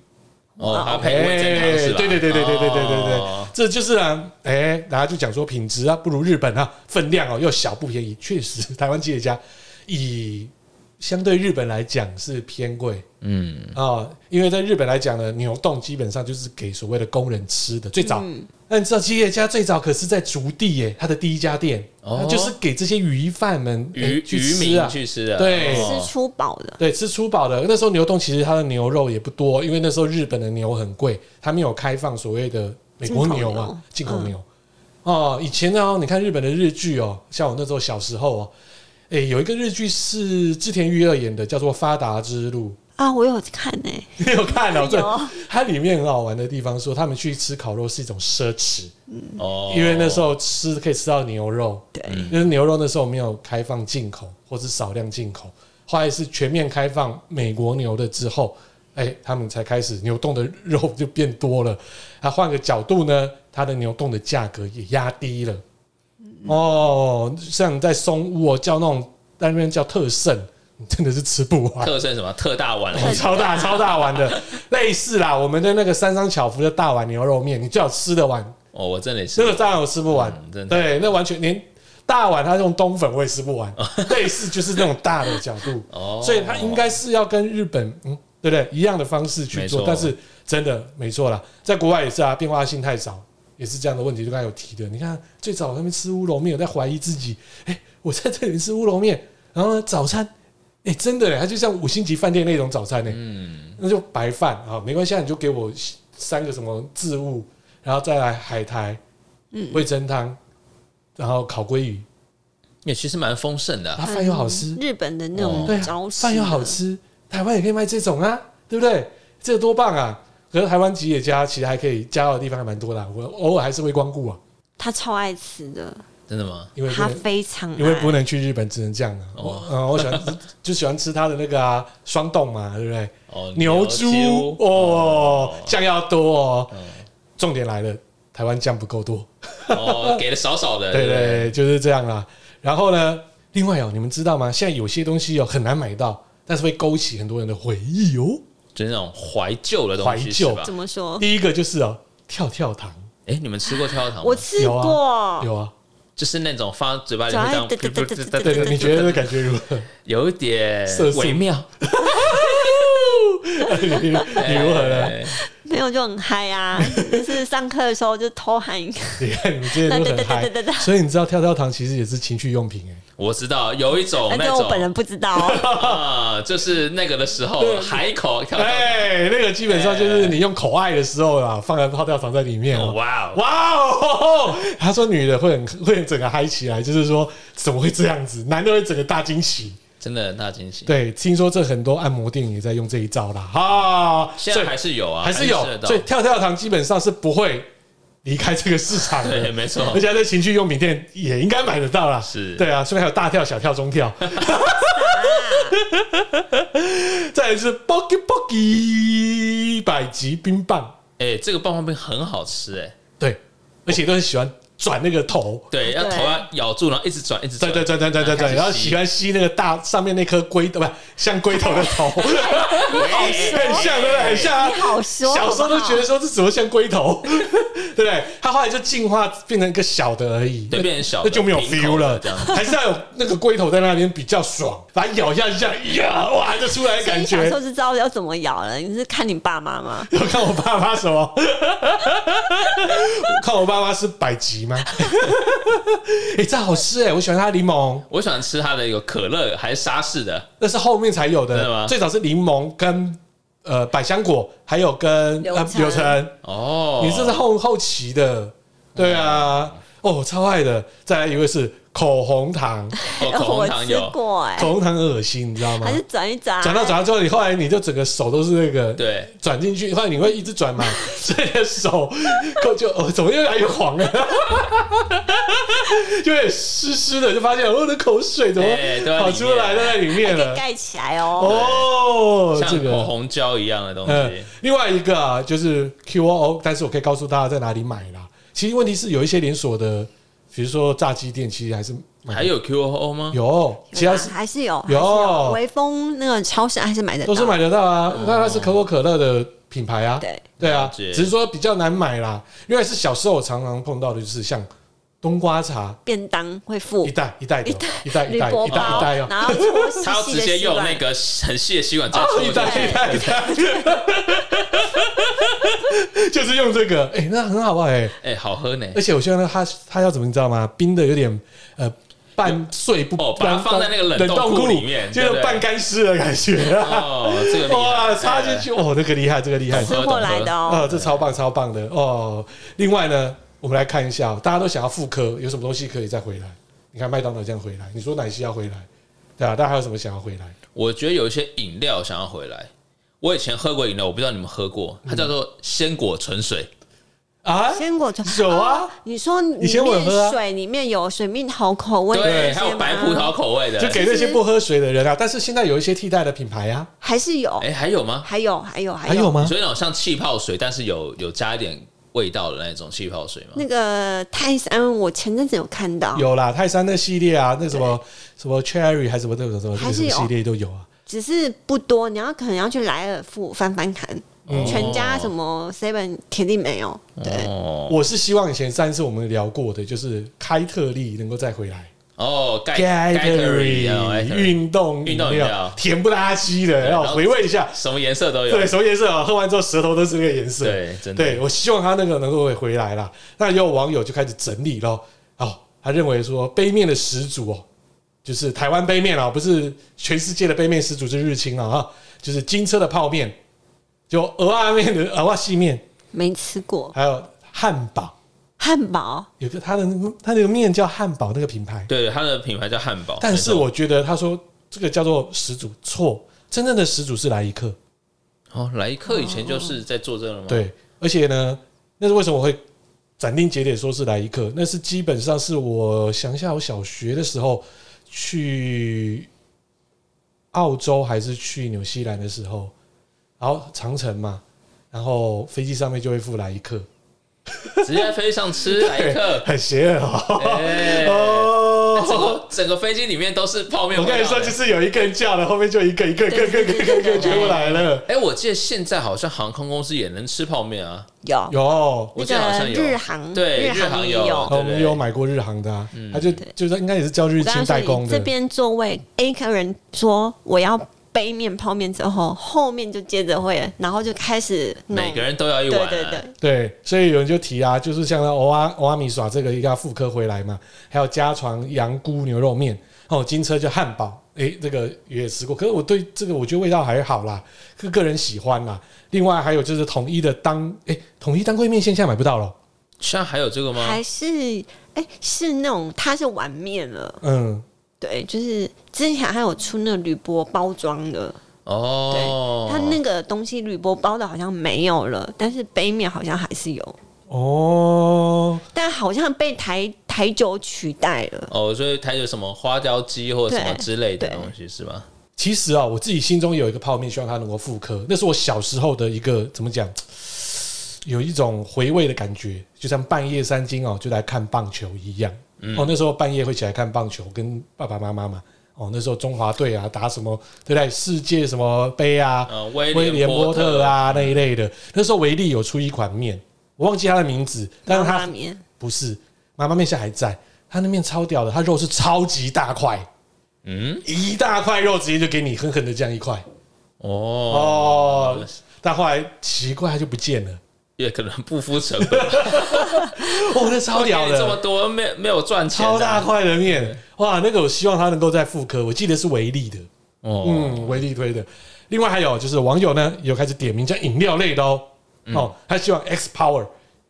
B: 哦，它配味增汤是吧？
A: 哎对对对对对对对对对
B: 哦，
A: 这就是啊，哎，大家就讲说品质啊不如日本啊，分量哦又小不便宜，确实 台湾企业家以相对日本来讲是偏贵
B: 嗯，
A: 啊，因为在日本来讲呢，牛冻基本上就是给所谓的工人吃的，最早。那你知道企业家最早可是在竹地耶，他的第一家店，
B: 哦
A: 他就是给这些鱼贩们哎
B: 渔
A: 去
B: 渔
A: 吃
B: 民
A: 啊，
B: 去吃的，
A: 对
B: 哦
C: 吃出饱的，
A: 对，吃粗饱的。那时候牛冻其实它的牛肉也不多，因为那时候日本的牛很贵，它没有开放所谓的美国牛啊，进
C: 进
A: 口
C: 口牛
A: 牛。哦，以前呢、你看日本的日剧哦，像我那时候小时候哦，诶，有一个日剧是织田裕二演的，叫做《发达之路
C: 啊，我有看哎、》，
A: 你有看哦？
C: 有
A: 这它里面很好玩的地方说，他们去吃烤肉是一种奢侈，
B: 哦
A: 因为那时候吃可以吃到牛肉，
C: 对，
A: 因为牛肉那时候没有开放进口或是少量进口，后来是全面开放美国牛的之后，哎、他们才开始牛冻的肉就变多了。啊，换个角度呢，它的牛冻的价格也压低了。
B: 嗯
A: 哦，像在松屋哦，叫那种在那边叫特盛，你真的是吃不完。哦
B: 特盛什么特大碗，
A: 超大超大碗 的，类似啦，我们的那个三商巧福的大碗牛肉面，你最好吃得完，
B: 哦，我真的是
A: 这个当然我吃不完，
B: 嗯真的
A: 对，那完全连大碗他用冬粉我也吃不完，类似就是那种大的角度，
B: 哦
A: 所以他应该是要跟日本嗯对不对？一样的方式去做
B: 没错，
A: 但是真的没错啦，在国外也是啊，变化性太少，也是这样的问题。就刚才有提的，你看最早我在那边吃乌龙面，有在怀疑自己，哎、我在这里吃乌龙面，然后呢早餐，哎、真的嘞，它就像五星级饭店那种早餐呢、
B: 嗯
A: 那就白饭啊，没关系啊，你就给我三个什么渍物，然后再来海苔，嗯，味噌汤，然后烤鲑鱼，
B: 也其实蛮丰盛的啊、
A: 啊，饭又好吃，
C: 日本的那
A: 对
C: 种
A: 啊
C: 招，式，
A: 饭又好，吃，台湾也可以卖这种啊，对不对？这个多棒啊！可是台湾吉野家其实还可以加油的地方还蛮多的啊、我偶尔还是会光顾啊，
C: 他超爱吃的，
B: 真的吗？
A: 因为不
C: 他
A: 能
C: 非常
A: 因为
C: 爱
A: 不能去日本，只能这样啊。
B: 哦
A: 我嗯，我喜欢就喜欢吃它的那个啊双冻嘛，对不对？
B: 哦，
A: 牛猪哦，酱要多哦。重点来了，台湾酱不够多。
B: 哦，给的少少 的，
A: 对
B: 不
A: 对，就是这样啦。然后呢，另外哦，你们知道吗？现在有些东西哦很难买到，但是会勾起很多人的回忆哦。
B: 就是那种怀旧的东西，
A: 怀旧
B: 是吧
C: 怎？么 说？
A: 第一个就是哦，跳跳糖
B: 哎，你们吃过跳跳糖吗？
C: 我吃
A: 有啊，
B: 哦
C: 过，
A: 有啊，
B: 就是那种放在嘴巴里面这样，
C: 对对对对对对
A: 对对，你觉得这感觉如 何？
B: 有一点呃
A: 色素
B: 微妙，
A: 你你如何呢？
B: 哎
C: 没有就很嗨 啊，就是上课的时候就偷喊一个，
A: 你看你们这些都很嗨
C: 对对对对对对，
A: 所以你知道跳跳糖其实也是情趣用 品哎，
B: 我知道有一种
C: 但
B: 那
C: 是我本
B: 种
C: 人不知道哦，
B: 啊，就是那个的时候，海口跳跳糖，
A: 哎，那个基本上就是你用口爱的时候啦，放了泡跳糖在里面
B: 哦
A: 哦。
B: 哇哦，
A: 哇哦！他说女的会很会整个嗨起来，就是说怎么会这样子？男的会整个大惊喜。
B: 真的很大惊喜。
A: 对，听说这很多按摩店也在用这一招啦。哈，
B: 现
A: 所以
B: 在还是有啊，
A: 还是有
B: 吃得，到
A: 所以跳跳糖基本上是不会离开这个市场的，
B: 对没错
A: 而且它在情趣用品店也应该买得到啦，
B: 是
A: 对啊，顺便还有大跳、小跳、中跳。 再来是 Bogi Bogi 百吉冰棒，
B: 哎，这个棒棒冰很好吃哎，
A: 对，而且都很喜欢转那个头，
B: 对，要
C: 对
B: 头要咬住，然后一直转，一直
A: 转
B: 转，
A: 转转转转转转，然后
B: 啊开始吸
A: 喜欢吸那个大上面那颗龟，不是像龟头的 头，很像， 对不对？很像啊，
C: 你好说，
A: 小时候都
C: 好不好
A: 觉得说这怎么像龟头， 对不对？它后来就进化变成一个小的而已，
B: 对，变成小的，
A: 那就没有
B: 平口
A: feel 了
B: 的这样，
A: 还是要有那个龟头在那边比较爽，把它咬下去，这样呀，哇，就出来的
C: 所以
A: 感
C: 你小时候
A: 觉。
C: 就知道要怎么咬了，你是看你爸妈吗？
A: 我看我爸妈什么？看我爸妈是百吉吗？ 哎，这好吃哎，我喜欢它的柠檬，
B: 我喜欢吃它的有可乐还是沙士的，
A: 那是后面才有
B: 真的吗
A: 的，最早是柠檬跟呃百香果，还有跟呃
C: 柳
A: 柳
C: 橙
A: 橙。
B: 哦，
A: 你这是后后期的，对啊，哦，超爱的。再来一位是口红 糖，
B: 哦口红
C: 我
B: 糖
C: 吃
B: 有，
C: 过哎、
A: 口红糖很恶心，你知道吗
C: 还？是转一转，啊
A: 转到转到之后，你后来你就整个手都是那个，，
B: 对，
A: 转进去，后来你会一直转 嘛，所以你的手就就哦，怎么越来越黄了？ 就有点湿湿的，就发现哦我的口水怎么
B: 哎都在
A: 跑
B: 里
A: 出来
B: 面
A: 都在里面
C: 可以
A: 了。
C: 盖起来哦。
A: 哦，这
B: 像
A: 个
B: 口红胶一样的东
A: 呃
B: 西，，
A: 另外一个啊，就是 QOO，但是我可以告诉大家在哪里买啦。其实问题是有一些连锁的，比如说炸鸡店，其实还是买
B: 还有 QOO 吗？
A: 嗯有，
B: 嗯
A: 其他
C: 啦
A: 是
C: 还是有，
A: 有
C: 还是微风那个超市还是买得到，
A: 都是买得到啊。那它是可口可乐的品牌啊，
C: 对
A: 对啊
B: 嗯了，解
A: 只是说比较难买啦。另外是小时候我常常碰到的就是像冬瓜茶
C: 便当会附
A: 一袋一袋的
C: 一袋
A: 一袋一
C: 铝
A: 袋
C: 箔
A: 一袋一
C: 包，
A: 袋哦，
C: 然后搓细细的
B: 他要直接用
C: 吸管
B: 那个很细的吸管再
A: 啊，
B: 戳
A: 一
B: 进去
A: 袋一袋一 袋，就是用这个，哎，那很好啊，哎。
B: 哎，好喝 呢
A: 而。且我希望呢它它要怎么你知道吗？冰的有点呃半碎不，
B: 哦把它放在那个冷
A: 冷
B: 冻
A: 冻
B: 库
A: 库
B: 里面
A: 就
B: 对不
A: 是
B: 对
A: 半干湿的感觉啊！
B: 哦，这个厉害
A: 哇，插进，去，哦，这个厉害，这个厉害，
C: 吃货来的
A: 啊，
C: 哦，
A: 这超棒超棒的哦！另外呢，我们来看一下，大家都想要复刻，有什么东西可以再回来？你看麦当劳这样回来，你说哪些要回来？对啊，大家还有什么想要回来？
B: 哎我觉得有一些饮料想要回来。我以前喝过饮料，我不知道你们喝过，它叫做鲜果纯水。
A: 啊，
C: 鲜果茶
A: 有啊
C: 哦你说里
A: 以前我有喝啊
C: 面水里面有水蜜桃口味，
B: 对，还有白葡，萄口味的，
A: 就给那些不喝水的人啊。但是现在有一些替代的品牌啊，
C: 还是有，
B: 哎，还有吗？
C: 还有，还有，还
A: 还有？吗？
B: 所以那种像气泡水，但是有有加一点味道的那种气泡水吗？
C: 那个泰山，我前阵子有看到，
A: 有啦，泰山那系列啊，那什么什么 Cherry 还是什么那种什么
C: 还
A: 那
C: 是
A: 种
C: 有
A: 系列都有啊。
C: 只是不多，你要可能要去莱尔富翻翻看，
B: 嗯
C: 全家什么 Seven 铁定没有，对，
B: 哦
A: 我是希望以前上一次我们聊过的，就是开特利能够再回来，
B: 哦 g a t e r y
A: Gatorade 运动
B: 运动饮料
A: 甜不拉几的，
B: 然
A: 要
B: 后
A: 回味一下。
B: 什么颜色都有
A: 对，，什么颜色啊？喝完之后舌头都是那个颜色。
B: 对真的
A: 对我希望他那个能够回来啦。那也有网友就开始整理咯，哦，他认为说杯面的始祖哦，就是台湾杯面啊，不是全世界的杯面始祖是日清啊，啊就是金车的泡面，就鹅啊面的鹅啊细面，
C: 没吃过
A: 还有汉堡，
C: 汉堡，
A: 有个他的他那个面叫汉堡那个品牌，
B: 对，它的品牌叫汉堡，
A: 但是
B: 哦没错
A: 我觉得他说这个叫做始祖错，真正的始祖是来一克。
B: 哦，莱克以
C: 嗯
B: 前就是在做这个了吗？，
A: 对，而且呢，那是为什么我会斩钉截铁说是来一克？那是基本上是我想一下，我小学的时候去澳洲还是去纽西兰的时候，然后长城嘛，然后飞机上面就会附来一克，
B: 直接在飞机 上吃莱克，
A: 很邪恶哦。
B: 哎
A: 哦
B: 整个整个飞机里面都是泡面
A: 我
B: 味
A: 跟
B: 道的。
A: 你说，就是有一个人叫了，后面就一个一个一个一个一个一个一个全部来了。
B: 哎、我记得现在好像航空公司也能吃泡面啊，
C: 有
A: 有，
B: 我
C: 那
B: 记得好
C: 个
B: 像有
C: 日航，
B: 对日
C: 航
B: 航
C: 也
B: 有
A: 哦
B: 对
A: 我们有买过日航的啊，他就就是应该也是叫日
C: 我告
A: 清
C: 诉
A: 代
C: 你，
A: 工的
C: 这。边座位 A 客人说我要杯面泡面之后，后面就接着会了，然后就开始弄
B: 每个人都要一碗、
C: 对
B: 啊。
C: 对对，
A: 对，所以有人就提啊，就是像那欧阿欧阿米耍这个一定要复刻回来嘛，还有家传羊菇牛肉面，哦，金车就汉堡，诶，这个也吃过，可是我对这个我觉得味道还好啦，个个人喜欢啦。另外还有就是统一的当，诶，统一当归面线现在买不到了，
B: 现在还有这个吗？
C: 还是哎、是那种它是碗面了，
A: 嗯，
C: 对，就是之前还有出那个铝箔包装的，对，
B: 哦，
C: 它那个东西铝箔包的好像没有了，但是杯面好像还是有，
A: 哦，
C: 但好像被台台酒取代了，
B: 哦，所以它有什么花雕鸡或者什么之类的
C: 对对
B: 东西是吧？
A: 其实啊，我自己心中有一个泡面，希望它能够复刻，那是我小时候的一个怎么讲，有一种回味的感觉，就像半夜三更哦，就来看棒球一样。
B: 嗯
A: 哦，那时候半夜会起来看棒球，跟爸爸妈妈嘛。哦，那时候中华队啊打什么，对不对？世界什么杯啊，
B: 呃威
A: 威廉
B: 廉
A: 波
B: 波特
A: 特啊那一类的。那时候维力有出一款面，我忘记它的名字，但是
C: 拉
A: 它
C: 面
A: 不是妈妈面现在还在，它那面超屌的，它肉是超级大块，
B: 嗯，
A: 一大块肉直接就给你狠狠的这样一块。
B: 哦
A: 哦，但后来奇怪它就不见 了，
B: 也可能不敷成 本，
A: 哦，那超屌
B: 给你这么
A: 的，
B: 多没有没有赚钱、啊，
A: 超大块的面，哇，那个我希望它能够再复刻，我记得是维力的，
B: 哦，
A: 嗯，维力推的。另外还有就是网友呢有开始点名叫饮料类的哦，
B: 嗯
A: 哦，他希望 X Power。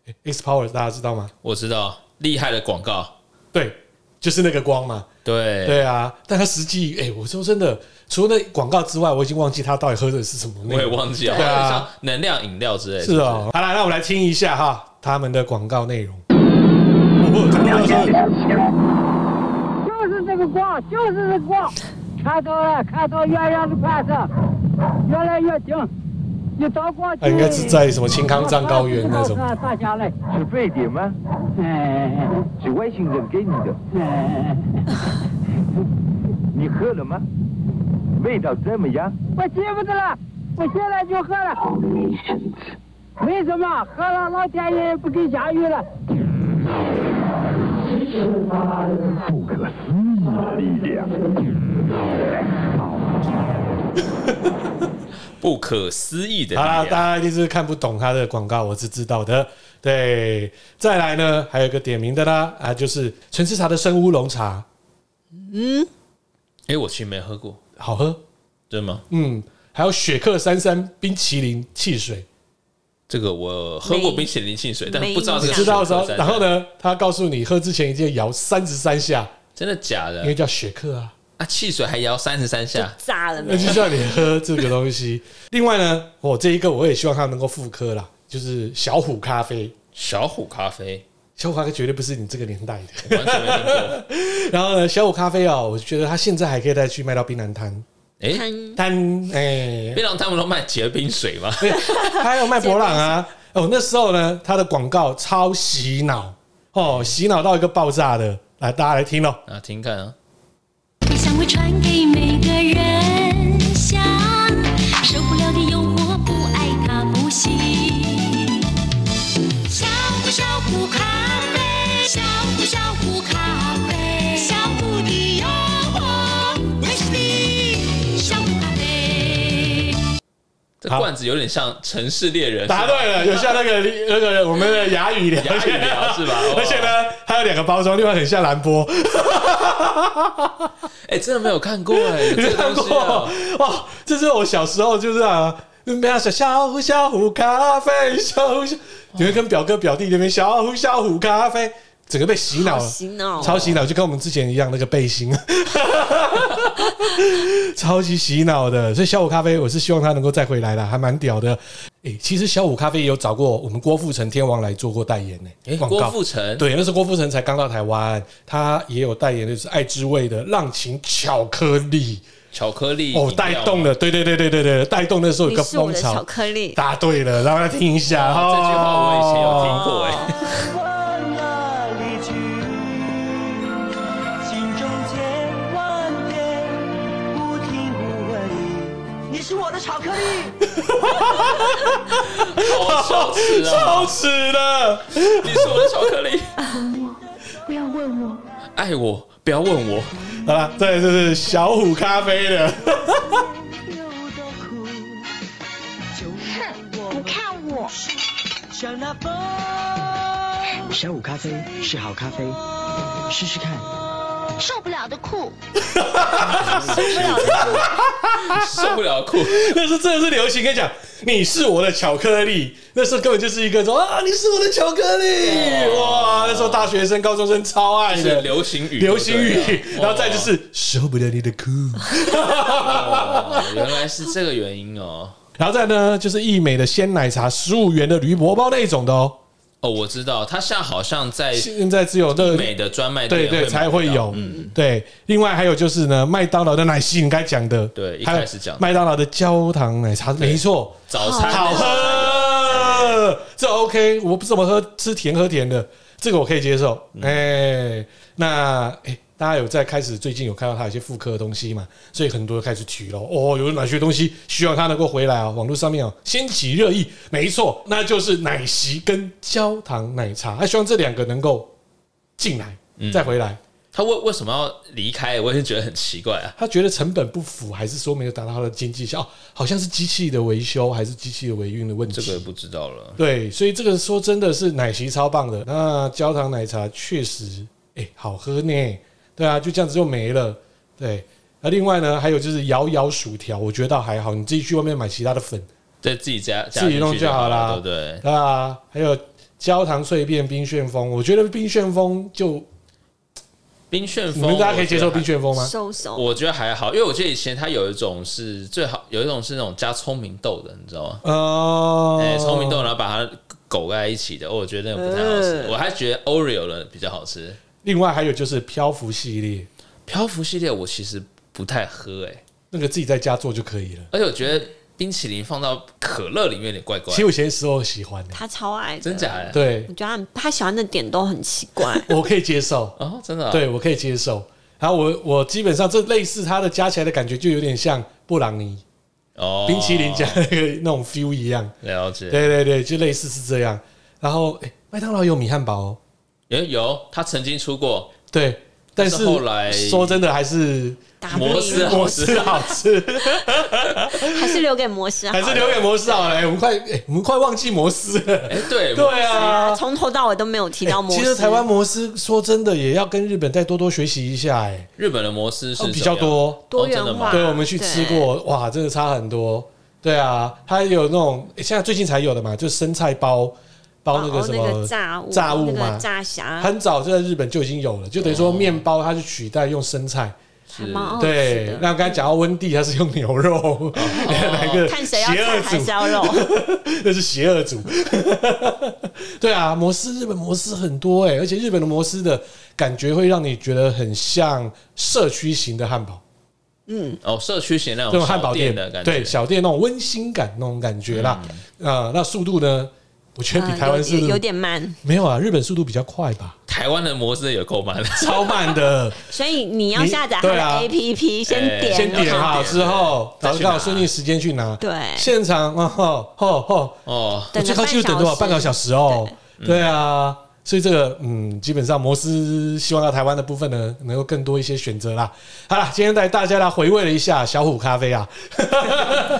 A: 诶 X Power 大家知道吗？
B: 我知道厉害的广告，
A: 对，就是那个光嘛。
B: 对
A: 对啊，但他实际，哎、我说真的，除了那广告之外，我已经忘记他到底喝的是什么内
B: 我也
A: 容。
B: 忘记了，
A: 对啊
B: 好像能量饮料之类的，
A: 是哦，好啦，那我们来听一下哈他们的广告内容。哦，真的是
E: 就是这个光，就是这个光，看到了，看到远远的款式，越来越近，一道光
A: 啊，应该是在什么青康藏高原那种。
E: 大家来，
F: 是非典吗？
E: 哎
F: 是外星人给你的，
E: 哎，
F: 你喝了吗？味道怎么样？
E: 我记不得了，我现在就喝了。为什么喝了老天爷不给下雨了？
F: 不可思议的力量！
B: 不可思议的
A: 好啦，
B: 力
A: 大
B: 量。
A: 家一定是看不懂他的广告，我是知道的。对，再来呢，还有一个点名的啦，啊，就是纯吃茶的生乌龙茶，
B: 哎，我其实没喝过，
A: 好喝。
B: 真的吗？
A: 嗯，还有雪克三三冰淇淋汽水，
B: 这个我喝过冰淇淋汽水，但不知道这
A: 你
B: 个
A: 知道的时候
B: 是，不是
A: 然后呢，他告诉你喝之前一定要摇三十三下，
B: 真的假
A: 因为
B: 的
A: 叫雪克啊。
B: 啊？汽水还摇三十三下，
C: 炸了
A: 那
C: 没？
A: 就叫你喝这个东西。另外呢，我这一个我也希望它能够复刻啦，就是小虎咖啡。
B: 小虎咖啡
A: 小虎咖啡绝对不是你这个年代的。
B: 完全没听过。
A: 然后呢，小虎咖啡哦，我觉得它现在还可以再去卖到槟榔摊
B: 哎，
C: 嗯
A: 摊，哎、
B: 槟榔他们都卖结冰水吗？
A: 还有卖博朗 啊。哦，那时候呢，它的广告超洗脑哦，洗脑到一个爆炸的。来，大家来听哦。
B: 啊，听看啊，
G: 你香味传给每个人香，受不了的诱惑不爱它不行。小虎小虎咖啡，小虎小虎咖啡，小虎的
B: 那罐子有点像城市猎人，
A: 答对了，有像那个那个我们的哑语聊，
B: 牙语聊是吧？哦
A: 而且，呢，它有两个包装，另外很像蓝波，
B: 哎，真的没有看过哎，有
A: 你
B: 这个
A: 看
B: 东西
A: 过
B: 啊，
A: 哇？哦这是我小时候就是啊，那边小小虎小虎咖啡，小虎小，你会跟表哥表弟那边小虎小虎咖啡，整个被洗脑
C: 好
A: 了，
C: 洗脑哦，
A: 超洗脑，就跟我们之前一样那个背心，超级洗脑的。所以小五咖啡，我是希望他能够再回来啦，还蛮屌的。诶、其实小五咖啡也有找过我们郭富城天王来做过代言呢、
B: 哎，
A: 广
B: 郭
A: 告。
B: 富城，
A: 对，那时候郭富城才刚到台湾，他也有代言的就是爱之味的浪琴巧克力
B: 巧克力啊
A: 哦，带动了，对对对对对对，带动那时候有
C: 你
A: 个
C: 是我
A: 风
C: 的巧
A: 潮，
C: 克力，
A: 答对了，让他听一下
B: 啊，
A: 哦。
B: 这句话我以前有听过哎。
H: 往哪里去？心中千万遍，不听不问你，你是我的巧克力。
B: 好羞耻
A: 超
B: 啊！
A: 耻的，
B: 你是我的巧克力，
D: 不要问我，
B: 爱我不要问我。
A: 好了，这就是小虎咖啡的。
H: 流的苦，就让
D: 不
H: 我们
D: 看我，
H: 像那风
I: 小五咖啡是好咖啡，试试看。
D: 受不了的酷，
B: 受不了哭，
A: 那时候真的是流行，跟你讲，你是我的巧克力。那时候根本就是一个说啊，你是我的巧克力，哇！那时候大学生、高中生超爱
B: 是
A: 的
B: 流行语，啊
A: 流行语，
B: 对不对
A: 然后再就是受不了你的酷，
B: 哦，原来是这个原因哦。
A: 然后再呢就是益美的鲜奶茶，十五元的铝箔包那一种的哦，
B: 哦，我知道，他现在好像在
A: 现在只有乐
B: 哎美的专卖
A: 对
B: 店
A: 对
B: 买
A: 才会
B: 到嗯
A: 有，对。另外还有就是呢，麦当劳的奶昔，你该讲的，
B: 对一
A: 还有
B: 开始讲的
A: 麦当劳的焦糖哎奶茶，没错，
B: 早餐
A: 好喝，这 OK，我不怎么喝吃甜喝甜的，这个我可以接受。
B: 嗯
A: 哎、那哎、大家有在开始最近有看到他有些复刻的东西嘛？所以很多人开始提了哦，有哪些东西希望他能够回来啊、网络上面哦掀起热议，没错，那就是奶昔跟焦糖奶茶，啊他希望这两个能够进来
B: 嗯
A: 再回来。
B: 他为为什么要离开？我也觉得很奇怪啊。
A: 他觉得成本不符，还是说没有达到他的经济效？哦，好像是机器的维修还是机器的维运的问题？
B: 这个不知道了，
A: 对，所以这个说真的是奶昔超棒的，那焦糖奶茶确实哎、好喝呢，对啊，就这样子就没了，对。那另外呢，还有就是摇摇薯条，我觉得倒还好，你自己去外面买其他的粉，
B: 在自己家
A: 自己弄
B: 就
A: 就好啦
B: 了，对不对？
A: 对啊，还有焦糖碎片冰旋风，我觉得冰旋风就
B: 冰旋
A: 你
B: 风，
A: 们大家可以接受
B: 我觉得
A: 冰旋风吗？
C: 收手，
B: 我觉得还好，因为我记得以前它有一种是最好，有一种是那种加聪明豆的，你知道吗？
A: 哦，
B: 哎、聪明豆，然后把它狗在一起的，哦我觉得那个不太好吃。
A: 嗯
C: 呃
B: 我还觉得 Oreo 的比较好吃。
A: 另外还有就是漂浮系列，
B: 漂浮系列我其实不太喝、哎，
A: 那个自己在家做就可以了。
B: 而且我觉得冰淇淋放到可乐里面有点怪怪
A: 其，实我以前时候喜欢的，
C: 他超爱的
B: 真假？的？
A: 对
C: 我觉得他他喜欢的点都很奇怪，
A: 我可以接 受。
B: 哦，真的、，
A: 对我可以接受。然后我我基本上这类似它的加起来的感觉，就有点像布朗尼、
B: 哦，
A: 冰淇淋加那个那种 feel 一样。
B: 了解。
A: 对对对，就类似是这样。然后诶麦当劳有米汉堡、哦，
B: 有有，他曾经出过
A: 对，但
B: 但
A: 是
B: 是后来
A: 说真的还是
C: 打不
B: 摩
C: 赢
B: 斯
A: 摩
B: 好吃
A: 斯啊好 吃，
C: 还是留给摩斯啊好
A: 还
C: 了，
A: 是留给摩斯好啊了。诶哎我们快诶我们快忘记摩斯了。
B: 哎、对
A: 对啊，
C: 从头到尾都没有提到摩斯。
A: 哎其实台湾摩斯说真的也要跟日本再多多学习一下，哎，
B: 日本的摩斯是
A: 哦比较
B: 怎么样，
A: 多。
C: 多
B: 哦
C: 元
B: 真的
C: 化，
B: 吗
A: 对，我们去吃过，哇，真的差很多。对啊，它有那种、诶现在最近才有的嘛，就是生菜包包那个
C: 哦
A: 什
C: 那
A: 么
C: 个炸物，
A: 炸物
C: 那
A: 嘛
C: 个，炸虾，
A: 很早就在日本就已经有了，就等于说面包它是取代用生菜。
C: 还蛮好吃
A: 对
C: 哦的，。哦
A: 那刚才讲到温蒂，它是用牛 肉，哪一个
C: 看谁要
A: 邪恶
C: 菜还
A: 组
C: 是？要肉，
A: 那是邪恶组。 对啊，摩斯日本摩斯很多哎、而且日本的摩斯的感觉会让你觉得很像社区型的汉堡。
B: 哦，社区型那
A: 这
B: 种
A: 种汉堡
B: 小
A: 店
B: 店的感觉，嗯
A: 对小店那种温馨感那种感觉啦。呃，那速度呢？我觉得 比
C: 嗯
A: 台湾
C: 有
A: 速
C: 点有
A: 度
C: 点慢，
A: 没有啊，日本速度比较快 吧，
B: 台湾的摩斯也够慢了，
A: 超慢的。
C: 所以你要
A: 你
C: 下载它
A: 对啊
C: 的 APP，先
B: 哎
C: 点
A: 先点好之后，
B: 再
A: 然
B: 去
A: 后
B: 拿
A: 刚好顺利时间去拿。
C: 对
A: 现场哦吼吼吼，
B: 哦，
A: 我
C: 等了
A: 啊最高纪录等多少？半
C: 半
A: 个
C: 个
A: 小
C: 小
B: 嗯
A: 时哦。对啊，所以这个嗯，基本上摩斯希望到台湾的部分呢，能够更多一些选择啦。好啦，今天带大家来回味了一下小虎咖啡啊，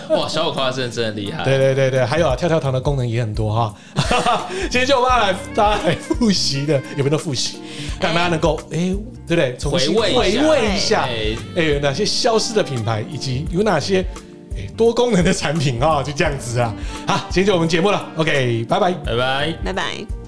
B: 哇，小五花真的真的厉害，
A: 对对对对，还有啊，跳跳糖的功能也很多哈、 今天就我们要来大家来复习的，有没有都复习，让大家能够哎、对不对？重新
B: 回味
A: 回
B: 一下
A: 味一下，哎、
B: 哎
A: 有哪些消失的品牌，以及有哪些哎、多功能的产品啊、就这样子啊。好，今天就我们节目了，OK，拜拜。
B: 拜拜。
C: 拜拜。